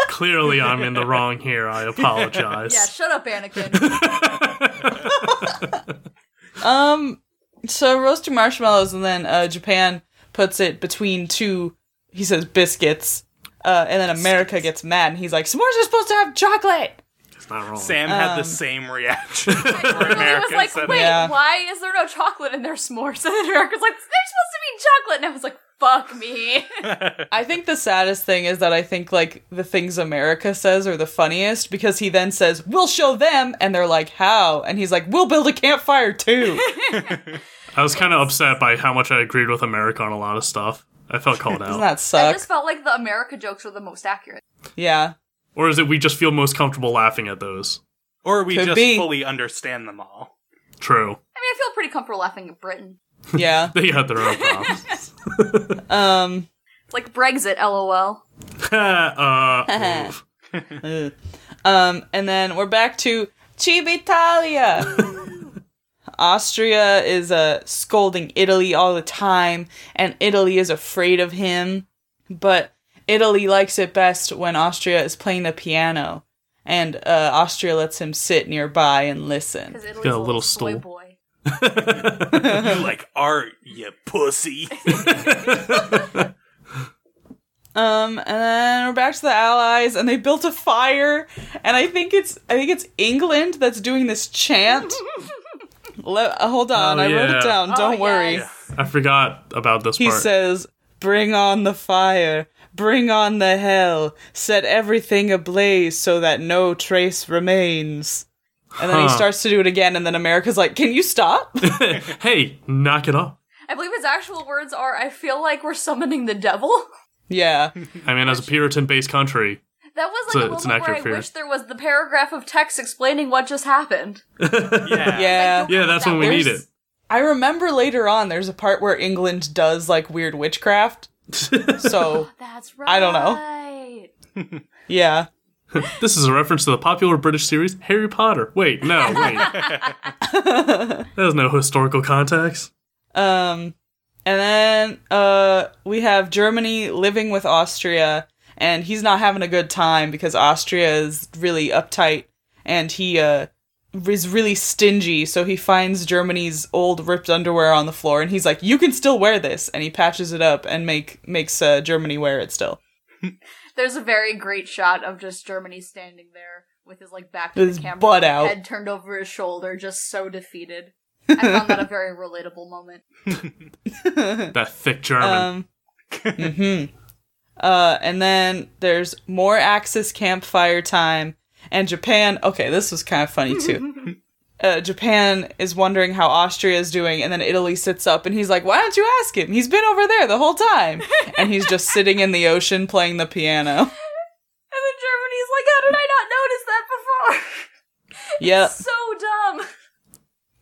C: Clearly, I'm in the wrong here. I apologize.
D: Yeah, shut up, Anakin.
B: Um, so roasted marshmallows, and then uh, Japan puts it between two. He says biscuits, uh, and then America gets mad, and he's like, "S'mores are supposed to have chocolate."
C: It's not wrong.
A: Sam had the same reaction.
D: I was
A: American
D: like,
A: said-
D: wait,
B: Yeah.
D: why is there no chocolate in their s'mores? And then Eric was like, there's supposed to be chocolate. And I was like, fuck me.
B: I think the saddest thing is that I think like the things America says are the funniest because he then says, "We'll show them," and they're like, "How?" And he's like, "We'll build a campfire too."
C: I was kind of upset by how much I agreed with America on a lot of stuff. I felt called
B: Doesn't
C: out.
B: that
D: I
B: suck?
D: just felt like the America jokes were the most accurate.
B: yeah.
C: or is it we just feel most comfortable laughing at those?
A: or we
B: Could
A: just
B: be.
A: fully understand them all.
C: True.
D: I mean, I feel pretty comfortable laughing at Britain.
B: Yeah.
C: They had their own problems.
B: Um.
D: Like Brexit, lol.
C: uh, oof.
B: Um, and then we're back to Civitalia. Austria is uh, scolding Italy all the time, and Italy is afraid of him. But Italy likes it best when Austria is playing the piano, and uh, Austria lets him sit nearby and listen.
D: Because Italy's
C: got a
D: a
C: little
D: little soy
C: stool.
D: boy.
A: You like art, you pussy.
B: Um, and then we're back to the Allies, and they built a fire, and I think it's I think it's England that's doing this chant. Le- uh, hold on,
C: Oh,
B: I wrote
C: yeah.
B: it down. Don't
D: Oh,
B: worry.
D: yes.
C: I forgot about this
B: He
C: part.
B: says, "Bring on the fire, bring on the hell, set everything ablaze so that no trace remains." And then he
C: Huh.
B: starts to do it again, and then America's like, "Can you stop?"
C: hey, knock it off.
D: I believe his actual words are, "I feel like we're summoning the devil."
B: yeah,
C: I mean, as a Puritan based country,
D: That was
C: So
D: like a,
C: it's
D: little
C: an
D: bit where I
C: accurate fear.
D: wish there was the paragraph of text explaining what just happened.
A: Yeah.
B: yeah.
C: yeah, that's when we need it.
B: I remember later on there's a part where England does like weird witchcraft. so
D: That's right.
B: I don't know.
D: know.
B: yeah.
C: This is a reference to the popular British series Harry Potter. Wait, no, wait. that has no historical context.
B: Um and then uh we have Germany living with Austria and he's not having a good time because Austria is really uptight and he uh is really stingy so he finds Germany's old ripped underwear on the floor and he's like you can still wear this and he patches it up and make makes uh, Germany wear it still.
D: There's a very great shot of just Germany standing there with his like back to
B: With his
D: the camera,
B: butt out.
D: head turned over his shoulder, just so defeated. I found that a very relatable moment.
C: That thick German.
B: Um, mhm. Uh, and then there's more Axis campfire time, and Japan. Okay, this was kind of funny too. Uh, Japan is wondering how Austria is doing, and then Italy sits up and he's like, Why don't you ask him? He's been over there the whole time. and he's just sitting in the ocean playing the piano.
D: And then Germany's like, "How did I not notice that before?"
B: yep.
D: so dumb.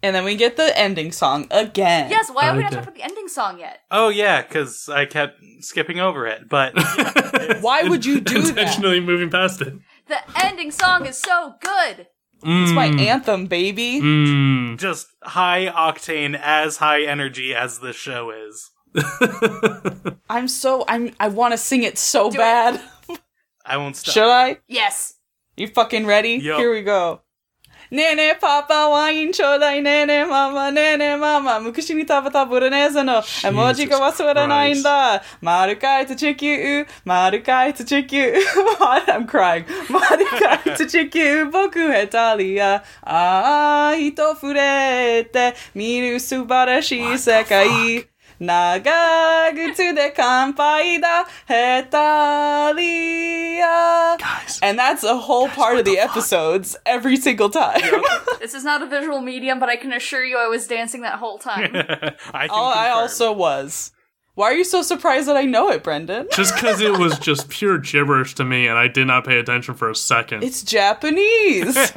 B: And then we get the ending song again.
D: Yes, why are we not
C: Okay.
D: talking about the ending song yet?
A: Oh yeah, because I kept skipping over it. But
B: Um, Why would you do that?
C: Intentionally moving past it.
D: The ending song is so good.
B: It's
C: Hmm.
B: my anthem, baby.
C: Mm.
A: just high octane, as high energy as the show is.
B: I'm so I'm I want to sing it so
D: Do it.
B: bad.
A: I won't stop.
B: Should I?
D: Yes.
B: You fucking ready?
A: Yup.
B: Here we go. Nene papa wine chodai nene mama nene mama mukushi ni tabata buraneza no emoji ga wasura nai
C: Christ.
B: nda marukai tsuchikyu marukai tsuchikyu I'm crying marukai tsuchikyu boku hetali ya ah hito furete miru subarashii sekai 長靴で乾杯だヘタリア
C: Guys.
B: and that's a whole part of the, episodes every single time.
D: This is not a visual medium, but I can assure you I was dancing that whole time.
A: I, can
B: Oh, I
A: confirm.
B: also was. Why are you so surprised that I know it, Brendan?
C: Just because it was just pure gibberish to me and I did not pay attention for a second.
B: It's Japanese.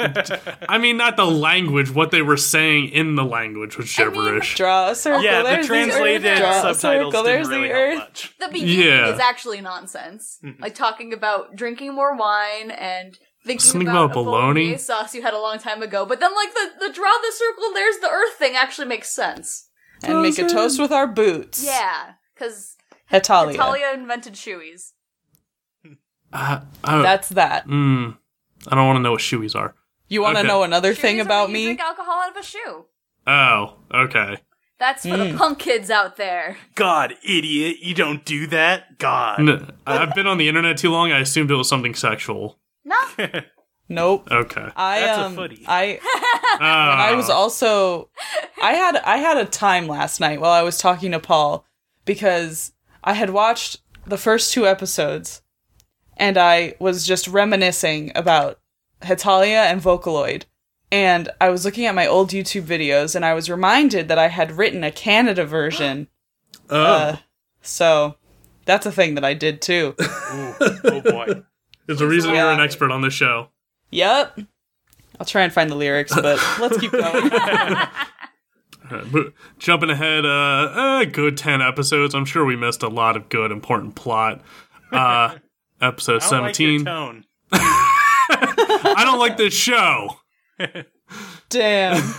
C: I mean, not the language, what they were saying in the language was
D: I mean,
C: gibberish.
B: Draw a circle.
A: yeah,
B: there's
A: the translated
B: the earth. Draw a
A: subtitles
B: circle. There's
A: didn't really
B: the
A: help
B: earth.
A: much.
D: The beginning
C: Yeah. Mm-hmm.
D: is actually nonsense. Like talking about drinking more wine and thinking
C: Something
D: about,
C: about
D: a
C: bologna?
D: bolognese sauce you had a long time ago. But then, like the, the draw the circle, there's the earth thing actually makes sense.
B: And make a toast with our boots.
D: Yeah, because
B: Hetalia.
D: Talia invented shoeies.
C: Uh, I,
B: That's that.
C: mm, I don't want to know what shoeys are.
B: You want to
C: Okay.
B: know another
D: Shoeies
B: thing
D: are
B: about
D: when you
B: me?
D: Drink alcohol out of a shoe.
C: Oh, okay.
D: That's for
B: Mm.
D: the punk kids out there.
A: God, idiot! You don't do that. God.
C: N- I've been on the internet too long. I assumed it was something sexual.
D: No,
B: Nope.
C: Okay.
B: I
A: That's a
B: um,
A: footy.
B: I
C: Oh.
B: I was also I had I had a time last night while I was talking to Paul because I had watched the first two episodes and I was just reminiscing about Hetalia and Vocaloid. And I was looking at my old YouTube videos and I was reminded that I had written a Canada version.
C: Oh.
B: Uh, so that's a thing that I did too.
A: Ooh, oh boy.
C: There's a reason you're an
B: Yeah.
C: expert on this show.
B: Yep. I'll try and find the lyrics, but let's keep going.
C: Uh, mo- jumping ahead, uh, uh, good 10 episodes. I'm sure we missed a lot of good, important plot. Uh, episode
A: I don't like your
C: 17.
A: tone.
C: I don't like this show.
B: Damn.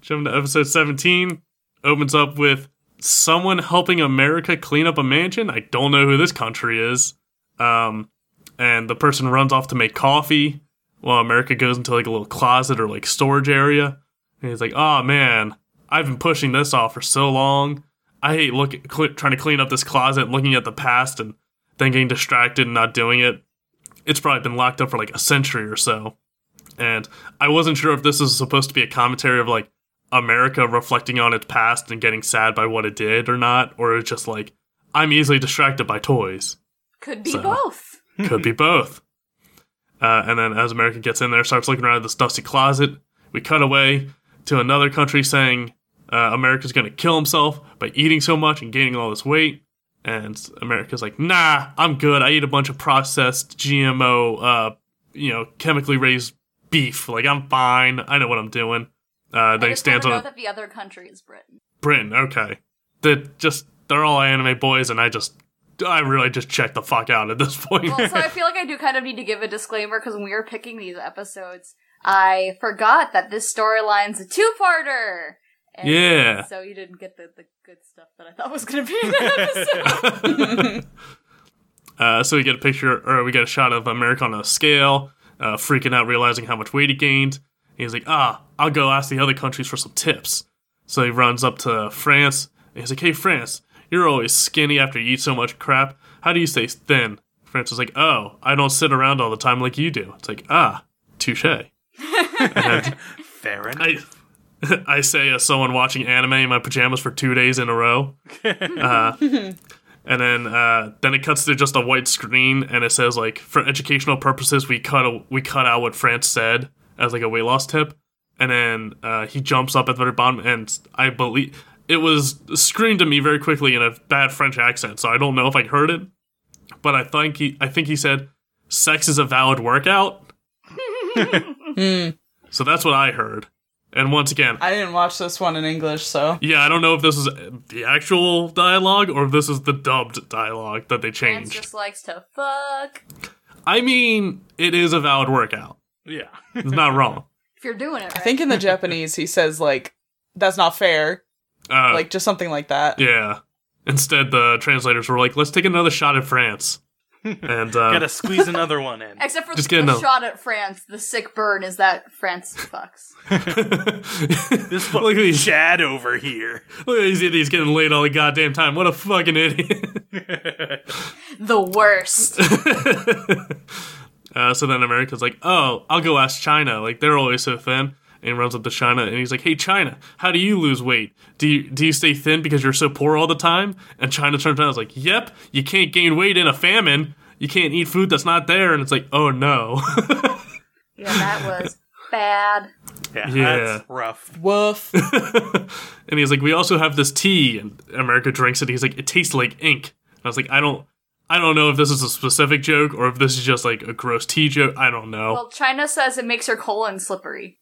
C: Jumping to episode 17. Opens up with someone helping America clean up a mansion. I don't know who this country is. Um, and the person runs off to make coffee while America goes into like a little closet or like storage area. And he's like, oh man, I've been pushing this off for so long. I hate look cl- trying to clean up this closet, looking at the past and then getting distracted and not doing it. It's probably been locked up for like a century or so. And I wasn't sure if this was supposed to be a commentary of like America reflecting on its past and getting sad by what it did or not, or it's just like, I'm easily distracted by toys.
D: Could be
C: So-
D: both.
C: Could be both. Uh, and then as America gets in there, starts looking around this dusty closet, we cut away to another country saying uh, America's going to kill himself by eating so much and gaining all this weight. And America's like, nah, I'm good. I eat a bunch of processed GMO, uh, you know, chemically raised beef. Like, I'm fine. I know what I'm doing. Uh,
D: I
C: then he
D: just wanna
C: stands on
D: know
C: a
D: that the other country is Britain.
C: Britain, okay. They're just they're all anime boys, and I just I really just checked the fuck out at this point.
D: also, I feel like I do kind of need to give a disclaimer because when we were picking these episodes, I forgot that this storyline's a two-parter. And
C: Yeah.
D: So you didn't get the, the good stuff that I thought was going to be in the episode.
C: uh, so we get a picture, or we get a shot of America on a scale, uh, freaking out, realizing how much weight he gained. He's like, ah, I'll go ask the other countries for some tips. So he runs up to France. And he's like, hey, France, you're always skinny after you eat so much crap. How do you stay thin? France is like, oh, I don't sit around all the time like you do. It's like, ah, touche.
A: Fair enough.
C: I I say as someone watching anime in my pajamas for two days in a row. uh, and then uh, then it cuts to just a white screen, and it says like for educational purposes, we cut a, we cut out what France said as like a weight loss tip. And then uh, he jumps up at the very bottom, and I believe it was screamed to me very quickly in a bad French accent, so I don't know if I heard it, but I think he I think he said, "Sex is a valid workout." so that's what I heard. And once again,
B: I didn't watch this one in English, so.
C: yeah, I don't know if this is the actual dialogue or if this is the dubbed dialogue that they
D: France
C: changed.
D: just likes to fuck.
C: I mean, it is a valid workout.
A: yeah.
C: It's not wrong.
D: If you're doing it right.
B: I think in the Japanese, he says, like, that's not fair.
C: Uh,
B: Like, just something like that.
C: yeah. Instead, the translators were like, "Let's take another shot at France," and uh,
A: Gotta squeeze another one in.
D: Except for
C: Just
D: the
C: kidding, no.
D: shot at France, the sick burn is that France fucks.
A: This
C: look at
A: fucking
C: these,
A: Chad over here.
C: look at these idiots getting laid all the goddamn time. What a fucking idiot!
D: the worst.
C: Uh, so then America's like, oh, I'll go ask China. Like they're always so thin. And he runs up to China and he's like, hey China, how do you lose weight? Do you do you stay thin because you're so poor all the time? And China turns around and is like, yep, you can't gain weight in a famine. You can't eat food that's not there. And it's like, oh no.
D: yeah, that was bad.
A: Yeah,
C: Yeah.
A: that's rough.
B: Woof.
C: and he's like, we also have this tea. And America drinks it. He's like, it tastes like ink. And I was like, I don't. I don't know if this is a specific joke or if this is just like a gross tea joke. I don't know.
D: Well, China says it makes her colon slippery.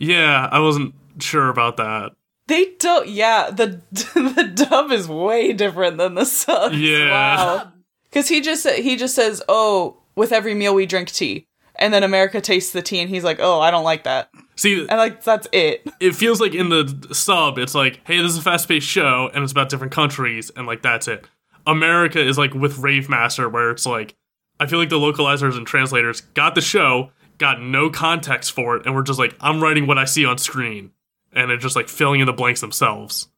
C: yeah, I wasn't sure about that.
B: They don't. Yeah, the the dub is way different than the sub.
C: Yeah.
B: Wow. Because he just sa- he just says, "Oh, with every meal we drink tea," and then America tastes the tea, and he's like, "Oh, I don't like that,"
C: See,
B: and like that's it.
C: it feels like in the sub, it's like, hey, this is a fast paced show and it's about different countries and like that's it. America is like with Rave Master, where it's like, I feel like the localizers and translators got the show, got no context for it, and we're just like, I'm writing what I see on screen. And they're just like filling in the blanks themselves.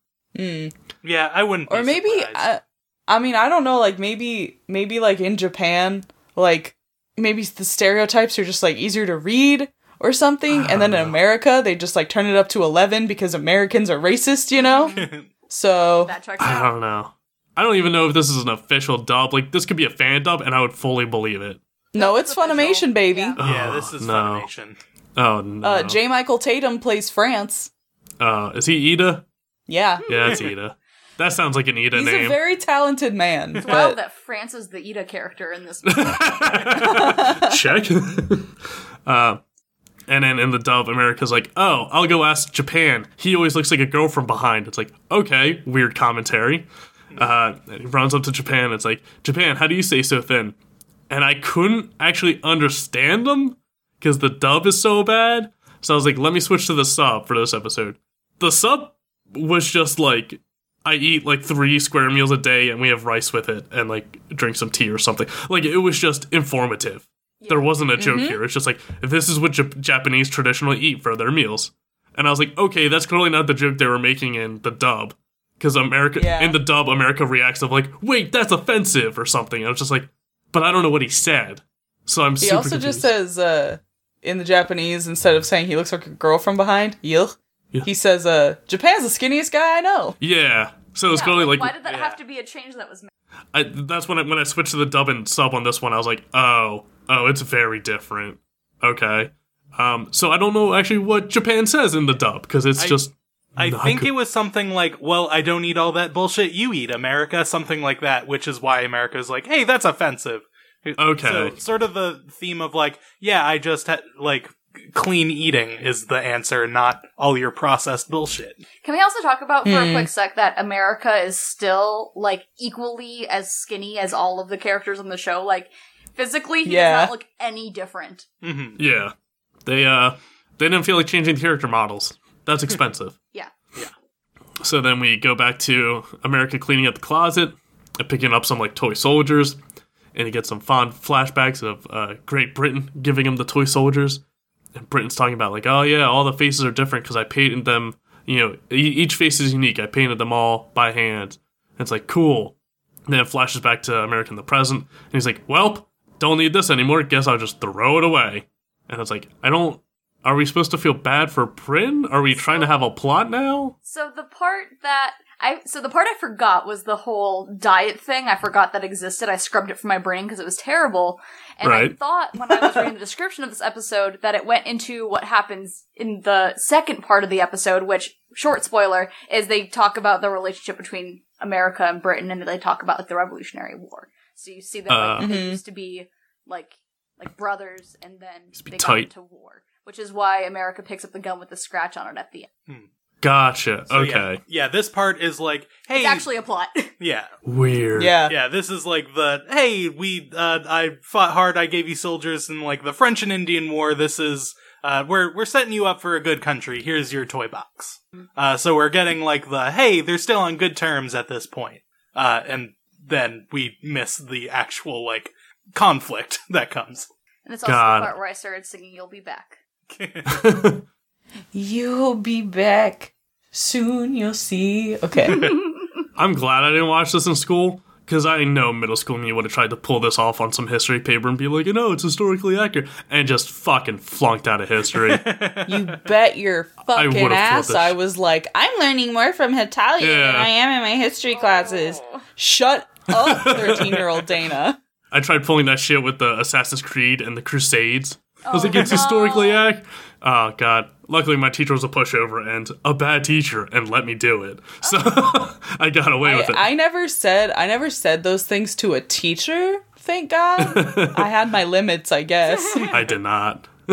A: Yeah, I wouldn't.
B: Or
A: be
B: maybe, uh,
A: surprised.
B: I, I mean, I don't know. Like maybe maybe like in Japan, like maybe the stereotypes are just like easier to read or something, and then in America they just like turn it up to eleven because Americans are racist, you know. so
D: That checks
C: I
D: out.
C: don't know. I don't even know if this is an official dub. Like, this could be a fan dub, and I would fully believe it.
B: no,
D: That's
B: it's
D: official.
B: Funimation, baby.
D: Yeah.
A: yeah, this is
C: no.
A: Funimation.
C: Oh, no.
B: Uh, J. Michael Tatum plays France.
C: Uh, is he Ida?
B: Yeah.
A: Hmm.
C: Yeah, it's Ida. That sounds like an Ida
B: He's
C: name.
B: a very talented man.
D: Wow,
B: but
D: that France is the Ida character in this movie.
C: check. uh, and then in the dub, America's like, "Oh, I'll go ask Japan. He always looks like a girl from behind." It's like, okay, weird commentary. Uh, and he runs up to Japan. It's like, Japan, how do you say so thin? And I couldn't actually understand them because the dub is so bad. So I was like, let me switch to the sub for this episode. The sub was just like, I eat like three square meals a day and we have rice with it and like drink some tea or something. Like it was just informative. There wasn't a joke here. It's just like, this is what Jap- Japanese traditionally eat for their meals. And I was like, okay, that's clearly not the joke they were making in the dub. Because America,
B: Yeah.
C: in the dub, America reacts of like, wait, that's offensive or something. And I was just like, but I don't know what he said. So I'm
B: He
C: super
B: also just
C: confused.
B: says uh, in the Japanese instead of saying he looks like a girl from behind, yuh,
C: Yeah.
B: he says uh, Japan's the skinniest guy I know.
C: Yeah. So it's clearly like
D: why did that have to be a change that was made?
C: I, that's when I, when I switched to the dub and sub on this one. I was like, oh, oh, it's very different. Okay. Um. So I don't know actually what Japan says in the dub because it's just
A: I
C: not
A: think
C: good.
A: it was something like, well, I don't eat all that bullshit you eat, America, something like that, which is why America's like, hey, that's offensive.
C: Okay.
A: So, sort of the theme of like, yeah, I just had, like, clean eating is the answer, not all your processed bullshit.
D: Can we also talk about for a quick sec that America is still like equally as skinny as all of the characters on the show? Like physically, he
B: Yeah.
D: does not look any different.
A: Mm-hmm.
C: yeah. They uh they didn't feel like changing the character models. That's expensive.
D: Yeah.
C: So then we go back to America cleaning up the closet and picking up some like toy soldiers, and he gets some fond flashbacks of uh, Great Britain giving him the toy soldiers, and Britain's talking about like, oh yeah, all the faces are different because I painted them. You know, e- each face is unique. I painted them all by hand. And it's like cool. And then it flashes back to America in the present, and he's like, "Welp, don't need this anymore. Guess I'll just throw it away." And it's like, I don't. Are we supposed to feel bad for Britain? Are we trying to have a plot now?
D: So the part that I so the part I forgot was the whole diet thing. I forgot that existed. I scrubbed it from my brain because it was terrible. And I
C: Right.
D: thought when I was reading the description of this episode that it went into what happens in the second part of the episode, which short spoiler is they talk about the relationship between America and Britain, and they talk about like the Revolutionary War. So you see that like,
C: Uh.
D: they used to be like like brothers, and then
C: to be
D: they
C: tight.
D: got into war, which is why America picks up the gun with the scratch on it at the end.
C: Gotcha.
A: So, yeah.
C: okay.
A: Yeah, this part is like, hey,
D: It's actually a plot.
A: yeah.
C: Weird.
B: Yeah,
A: Yeah, this is like the hey, we uh, I fought hard, I gave you soldiers in like the French and Indian War. This is uh, we're we're setting you up for a good country. Here's your toy box. Uh, so we're getting like the hey, they're still on good terms at this point. Uh, and then we miss the actual like conflict that comes.
D: And it's also
C: God.
D: the part where I started singing "You'll Be Back."
B: you'll be back soon. You'll see. Okay,
C: I'm glad I didn't watch this in school because I know middle school me would have tried to pull this off on some history paper and be like, you know, it's historically accurate, and just fucking flunked out of history.
B: you bet your fucking
C: would've
B: ass.
C: thought this-
B: I was like, I'm learning more from Italian than
C: Yeah.
B: I am in my history classes. Shut up, thirteen-year-old Dana.
C: I tried pulling that shit with the Assassin's Creed and the Crusades. I was like, it's historically accurate. Oh god. Luckily, my teacher was a pushover and a bad teacher, and let me do it. So I got away with it.
B: I never said I never said those things to a teacher. Thank God, I had my limits. I guess.
C: I did not.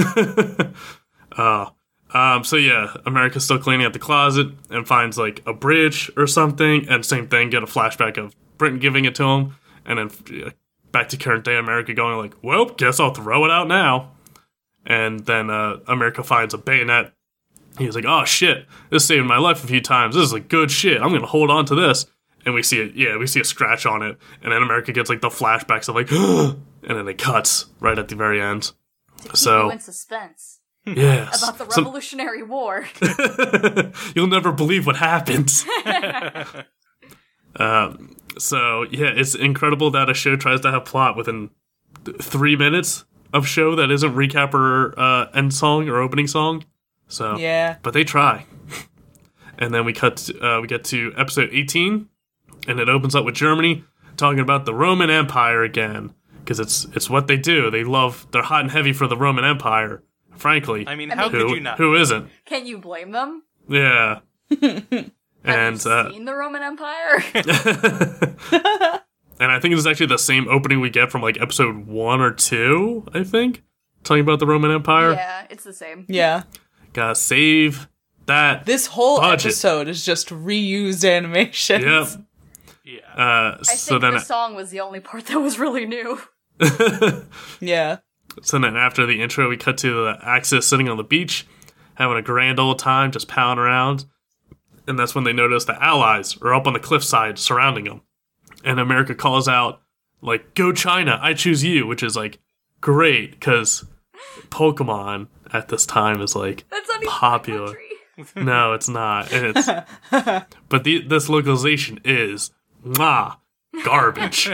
C: oh. Um, so yeah, America's still cleaning out the closet and finds like a bridge or something, and same thing, get a flashback of Britain giving it to him, and then uh, back to current day America going like, "Well, guess I'll throw it out now." And then uh, America finds a bayonet. He's like, "Oh shit, this saved my life a few times. This is like good shit. I'm gonna hold on to this." And we see it, yeah, we see a scratch on it, and then America gets like the flashbacks of like, and then it cuts right at the very end.
D: Keep
C: So-
D: you in suspense
C: Yeah.
D: about the
C: Some-
D: Revolutionary War.
C: You'll never believe what happens. um, so yeah, it's incredible that a show tries to have plot within th- three minutes of show that isn't recap or uh, end song or opening song. So
B: yeah.
C: but they try. and then we cut. to- uh, we get to episode eighteen, and it opens up with Germany talking about the Roman Empire again because it's it's what they do. They love they're hot and heavy for the Roman Empire. Frankly,
A: I mean,
D: Oh,
A: how
C: who
A: could you not?
C: who isn't?
D: Can you blame them?
C: Yeah. and
D: Have you
C: uh,
D: seen the Roman Empire?
C: and I think this is actually the same opening we get from like episode one or two. I think talking about the Roman Empire.
D: Yeah, it's the same.
B: Yeah.
C: Gotta save that.
B: This whole
C: Budget.
B: episode is just reused animations.
C: yep.
A: Yeah.
C: Uh,
D: I
C: so
D: think
C: then,
D: the song was the only part that was really new.
B: Yeah.
C: so then after the intro, we cut to the Axis sitting on the beach, having a grand old time, just palling around. And that's when they notice the Allies are up on the cliffside, surrounding them. And America calls out, like, "Go China! I choose you," which is like great because Pokemon at this time is like
D: That's not even my
C: Popular.
D: country.
C: No, it's not. And it's but the, this localization is mwah, garbage.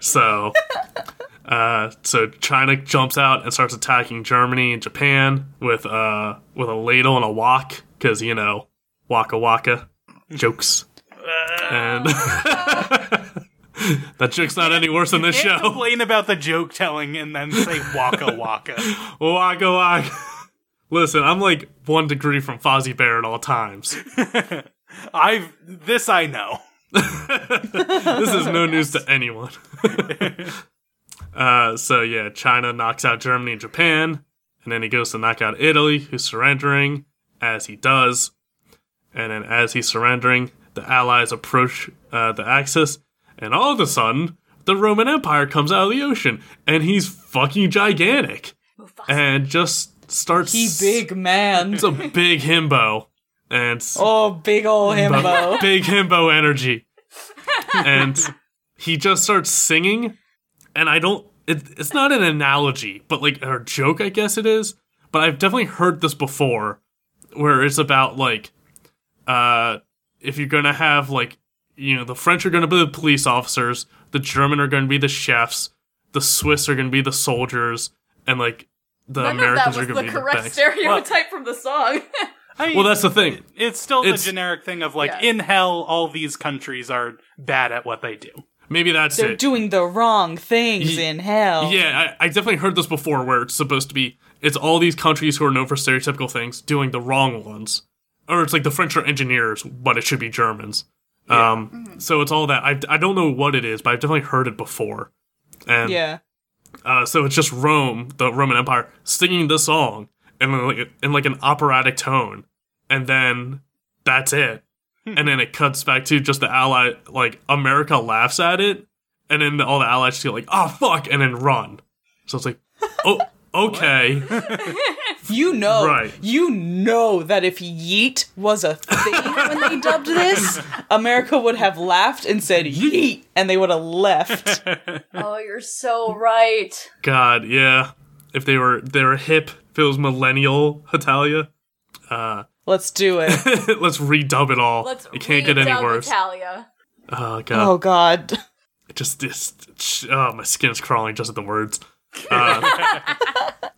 C: so, uh, so China jumps out and starts attacking Germany and Japan with uh with a ladle and a wok because you know waka waka jokes and. That joke's not any worse than this
A: Can't
C: show.
A: complain about the joke telling and then say waka waka.
C: Waka waka. Listen, I'm like one degree from Fozzie Bear at all times.
A: I've this I know.
C: this is no news to anyone. uh, so yeah, China knocks out Germany and Japan, and then he goes to knock out Italy, who's surrendering as he does. And then as he's surrendering, the Allies approach uh, the Axis, and all of a sudden, the Roman Empire comes out of the ocean, and he's fucking gigantic,
D: Mufasa.
C: and just starts.
B: He big man.
C: It's a big himbo, and s-
B: Oh, big ol' himbo.
C: big himbo energy. And he just starts singing, and I don't. It, it's not an analogy, but like or joke, I guess it is. But I've definitely heard this before, where it's about like, uh, if you're gonna have like, you know, the French are gonna be the police officers, the German are gonna be the chefs, the Swiss are gonna be the soldiers, and like the
D: None
C: Americans
D: of that was
C: are gonna
D: the
C: be
D: correct
C: the banks.
D: stereotype from the song.
A: I mean,
C: Well, that's the thing.
A: it's still
C: it's-
A: the generic thing of like
D: Yeah.
A: in hell, all these countries are bad at what they do.
C: Maybe that's
B: They're
C: it.
B: doing the wrong things
C: Ye-
B: in hell.
C: Yeah, I, I definitely heard this before where it's supposed to be it's all these countries who are known for stereotypical things doing the wrong ones. Or it's like the French are engineers, but it should be Germans. Um, So it's all that. I, I don't know what it is, but I've definitely heard it before. And
B: Yeah.
C: uh, so it's just Rome, the Roman Empire, singing this song in like, in like an operatic tone, and then that's it. and then it cuts back to just the ally, like America laughs at it, and then all the allies feel like, "Oh fuck," and then run. So it's like, "Oh, okay."
B: You know,
C: Right.
B: you know that if yeet was a thing when they dubbed this, America would have laughed and said yeet, and they would have left.
D: oh, you're so right.
C: God, yeah. If they were they were hip, if it was millennial Italia,
B: Let's do it.
C: let's redub it all.
D: Let's
C: it can't get
D: read
C: any
D: down
C: worse.
D: Italia.
C: oh god.
B: Oh God.
C: just this oh my skin's crawling just at the words Uh,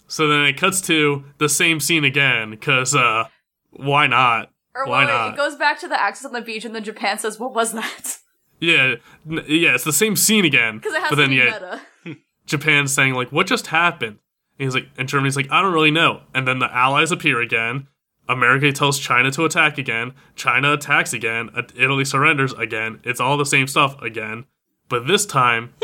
C: so then it cuts to the same scene again because uh why not
D: Or
C: why
D: wait,
C: not
D: It goes back to the axis on the beach, and then Japan says, "What was that?"
C: yeah n- yeah it's the same scene again
D: Because it has
C: but
D: to
C: then
D: be
C: yeah
D: meta.
C: japan's saying like what just happened and he's like and germany's like i don't really know and then the allies appear again america tells china to attack again china attacks again Uh, italy surrenders again it's all the same stuff again But this time,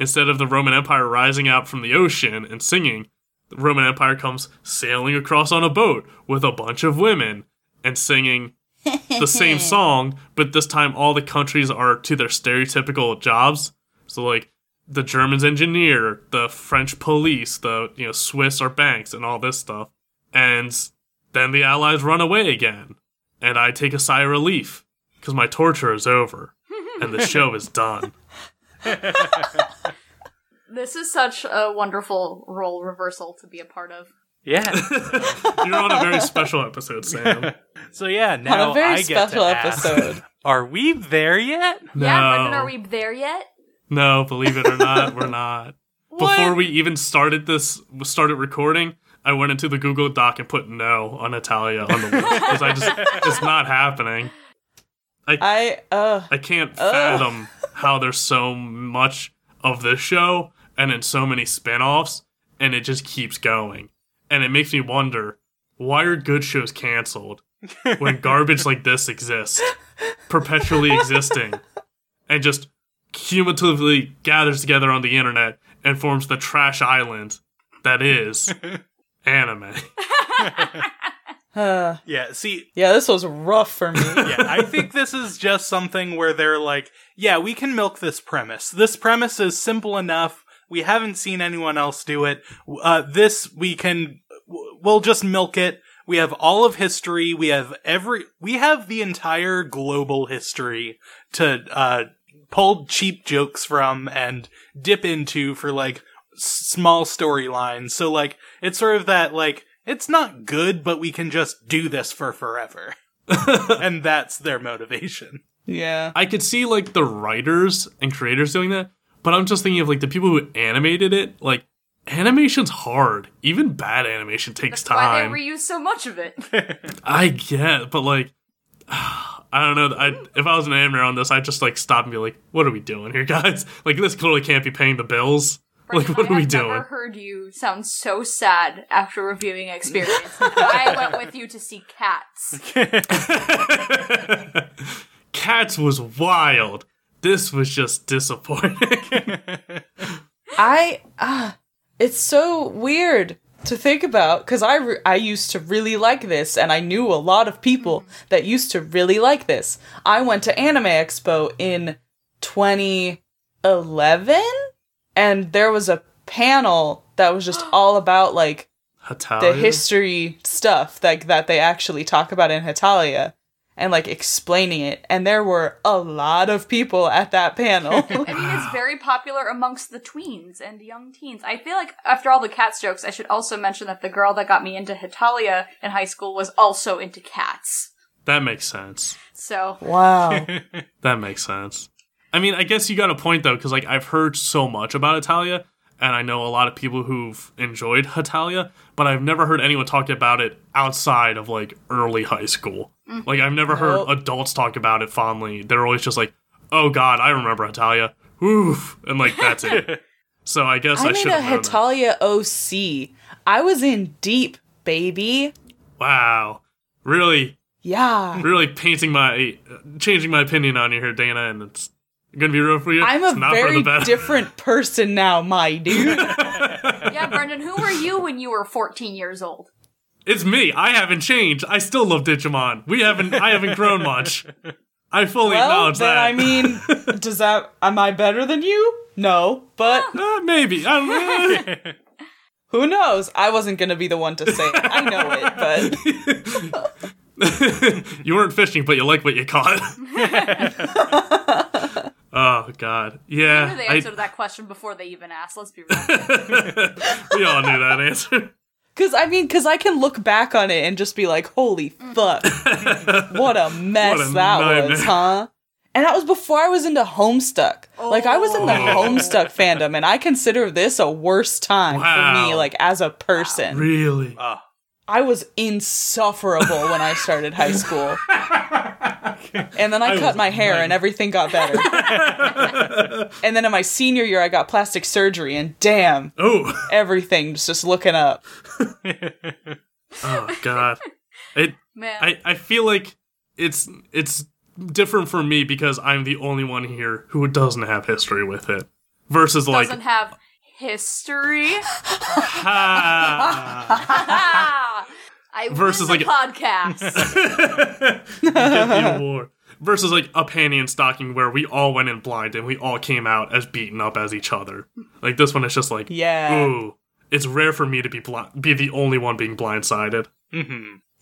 C: instead of the Roman Empire rising out from the ocean and singing, the Roman Empire comes sailing across on a boat with a bunch of women and singing the same song, but this time all the countries are to their stereotypical jobs. So like the Germans engineer, the French police, the you know Swiss are banks and all this stuff. And then the allies run away again, and I take a sigh of relief because my torture is over and the show is done.
D: This is such a wonderful role reversal to be a part of.
A: Yeah.
C: You're on a very special episode, Sam.
A: So yeah, now
B: On a very
A: I get
B: special
A: to ask,
B: episode.
A: Are we there yet?
C: No,
D: Yeah, Brendan, are we there yet?
C: no, believe it or not, we're not. Before we even started this, started recording, I went into the Google Doc and put no on Italia on the list because I just it's not happening.
B: I uh
C: I can't fathom how there's so much of this show and then so many spin-offs and it just keeps going. And it makes me wonder why are good shows canceled when garbage like this exists, perpetually existing, and just cumulatively gathers together on the internet and forms the trash island that is anime.
A: Yeah, see,
B: Yeah, this was rough for me.
A: yeah, I think this is just something where they're like, yeah, we can milk this premise. This premise is simple enough. We haven't seen anyone else do it. Uh, this we can, w- we'll just milk it. We have all of history. We have every, we have the entire global history to uh, pull cheap jokes from and dip into for like s- small storylines. So like, it's sort of that like. It's not good, but we can just do this for forever and that's their motivation.
B: yeah.
C: I could see like the writers and creators doing that, but I'm just thinking of like the people who animated it. Like animation's hard. Even bad animation takes
D: That's why they
C: time.
D: reuse so much of it.
C: I get, but like I don't know. I,
D: Hmm.
C: if I was an animator on this, I'd just like stop and be like, "What are we doing here, guys? Like this clearly can't be paying the bills. like what
D: I
C: are we
D: have
C: doing?"
D: Never heard you sound so sad after reviewing Experience. I went with you to see Cats.
C: Cats was wild. This was just disappointing.
B: I ah, it's so weird to think about because I re- I used to really like this, and I knew a lot of people that used to really like this. I went to Anime Expo in 2011, and there was a panel that was just all about like the
C: Hatalia.
B: history stuff like that they actually talk about in Hitalia and like explaining it and there were a lot of people at that panel
D: I mean, it's very popular amongst the tweens and young teens. I feel like after all the Cats jokes, I should also mention that the girl that got me into Hitalia in high school was also into Cats.
C: that makes sense.
D: So
B: wow
C: That makes sense. I mean, I guess you got a point though, because like I've heard so much about Italia, and I know a lot of people who've enjoyed Italia, but I've never heard anyone talk about it outside of like early high school.
B: Mm.
C: Like I've never
B: Nope.
C: heard adults talk about it fondly. They're always just like, "Oh God, I remember Italia." Oof, and like that's it. so I guess I,
B: I made
C: should
B: a
C: have known. that.
B: Hitalia OC. I was in deep, baby.
C: Wow, really,
B: Yeah.
C: really painting my, changing my opinion on you here, Dana, and it's gonna be real for you.
B: I'm
C: It's
B: a
C: not for
B: very
C: the better.
B: different person now, my dude.
D: yeah, Brendan, who were you when you were 14 years old?
C: It's me. I haven't changed. I still love Digimon. We haven't. I haven't grown much. I fully
B: well,
C: acknowledge
B: then
C: that.
B: I mean, does that am I better than you? No, but
C: Uh, maybe. I don't know.
B: who knows? I wasn't gonna be the one to say it. I know it, but
C: you weren't fishing, but you like what you caught. oh God.
D: I
C: Yeah.
D: knew the
C: I-
D: answer to that question before they even asked. Let's be real.
C: we all knew that answer.
B: because I mean, because I can look back on it and just be like, "Holy fuck, what a mess
C: What a
B: that was,
C: nightmare.
B: huh?" And that was before I was into Homestuck. Like I was in the
C: Oh.
B: Homestuck fandom, and I consider this a worse time for me,
C: Wow.
B: like as a person.
C: Really.
A: Ah,
B: I was insufferable when I started high school. And then I,
C: I
B: cut
C: was
B: my hair
C: right.
B: and everything got better. and then in my senior year I got plastic surgery and damn,
C: Oh.
B: everything's just looking up.
C: Oh God. It.
D: Man.
C: I, I feel like it's it's different for me because I'm the only one here who doesn't have history with it. Versus like
D: doesn't have history.
C: ah.
D: Ah, I
C: Versus,
D: versus win the
C: like-
D: podcast.
C: get the award. Versus like a panty and stocking where we all went in blind and we all came out as beaten up as each other. Like this one is just like
B: Yeah.
C: ooh. It's rare for me to be blind, be the only one being blindsided.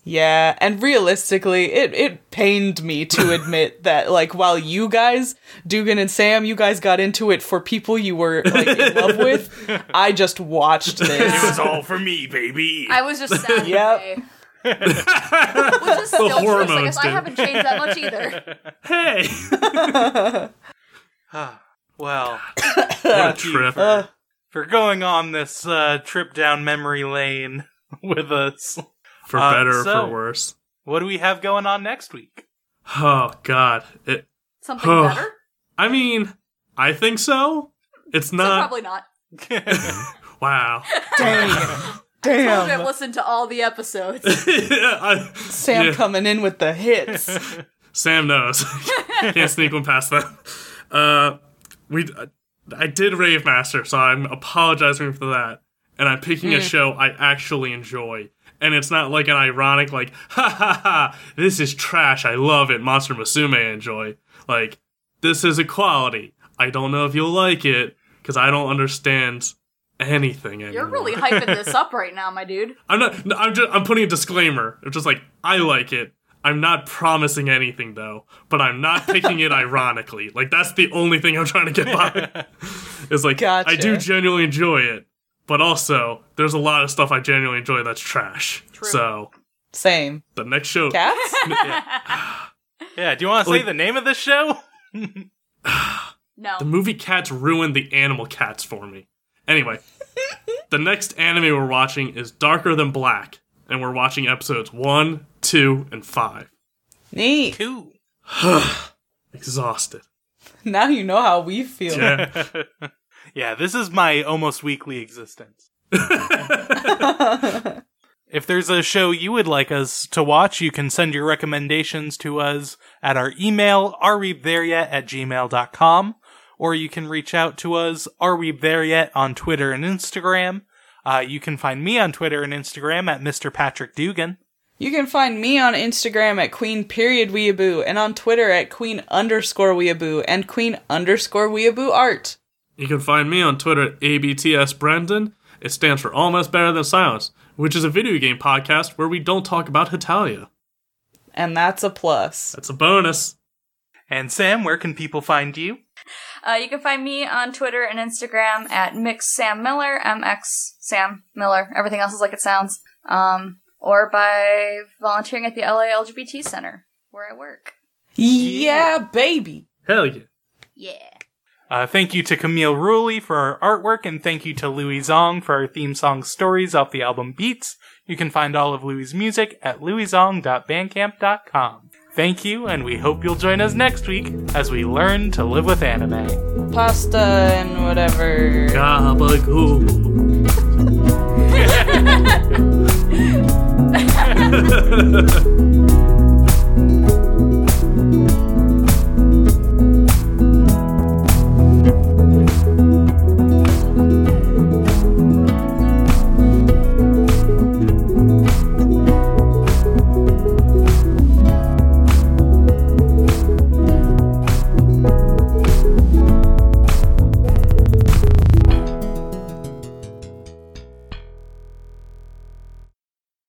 B: Yeah, and realistically, it it pained me to admit that like while you guys, Dugan and Sam, you guys got into it for people you were like in love with, I just watched
A: it
B: this.
A: was all for me, baby.
D: I was just sad.
B: Yep.
D: today. Which is still true, so I
C: hormones
D: guess I
C: did.
D: haven't changed that much either.
C: Hey,
A: well,
C: what a
A: thank you
C: trip!
A: For, for going on this uh, trip down memory lane with us.
C: for
A: uh,
C: better, or
A: so-
C: for worse.
A: What do we have going on next week?
C: Oh God! It,
D: Something
C: Huh.
D: better?
C: I mean, I think so. It's
D: So
C: not.
D: probably not.
C: wow.
B: Damn.
D: I've
B: Damn.
D: listened to all the episodes.
C: I-
B: Sam
C: Yeah.
B: coming in with the hits.
C: Sam knows. Can't sneak one past them. Uh, we, I did Rave Master, so I'm apologizing for that. and I'm picking
D: Hmm.
C: a show I actually enjoy. And it's not like an ironic, like, ha ha ha, this is trash, I love it, Monster Musume I enjoy. Like, this is a quality. I don't know if you'll like it, because I don't understand anything anymore.
D: You're really hyping this up right now, my dude.
C: I'm not. no, I'm just. I'm putting a disclaimer. I'm just like I like it. I'm not promising anything though, but I'm not picking it ironically. Like that's the only thing I'm trying to get by. it's like I do
B: Gotcha.
C: genuinely enjoy it, but also there's a lot of stuff I genuinely enjoy that's trash. So
B: Same.
C: the next show,
B: Cats?
A: Yeah, do you want to say
C: Like-
A: the name of this show?
D: No.
C: the movie Cats ruined the animal cats for me. Anyway, the next anime we're watching is Darker Than Black, and we're watching episodes one, two, and five.
B: Neat.
A: Two.
C: Exhausted.
B: Now you know how we feel.
C: Yeah.
A: Yeah, this is my almost weekly existence. if there's a show you would like us to watch, you can send your recommendations to us at our email, arewethereyet at gmail.com, or you can reach out to us, Are We There Yet, on Twitter and Instagram. Uh, you can find me on Twitter and Instagram at Mr. Patrick Dugan.
B: You can find me on Instagram at Queen period Weeaboo and on Twitter at Queen underscore Weeaboo and Queen underscore Weeaboo art.
C: You can find me on Twitter at ABTSBrandon. It stands for Almost Better Than Silence, which is a video game podcast where we don't talk about Hitalia.
B: And that's a plus.
C: That's a bonus.
A: And Sam, where can people find you?
D: Uh, you can find me on Twitter and Instagram at Mix Sam Miller, MX Sam Miller. Everything else is like it sounds. Um, or by volunteering at the LA LGBT Center, where I work.
B: Yeah, baby.
C: Hell yeah.
D: Yeah.
A: Uh, thank you to Camille Ruley for our artwork, and thank you to Louis Zong for our theme song stories off the album Beats. You can find all of Louis' music at louiszong.bandcamp.com. Thank you, and we hope you'll join us next week as we learn to live with anime.
B: Pasta and whatever.
C: Gabagool.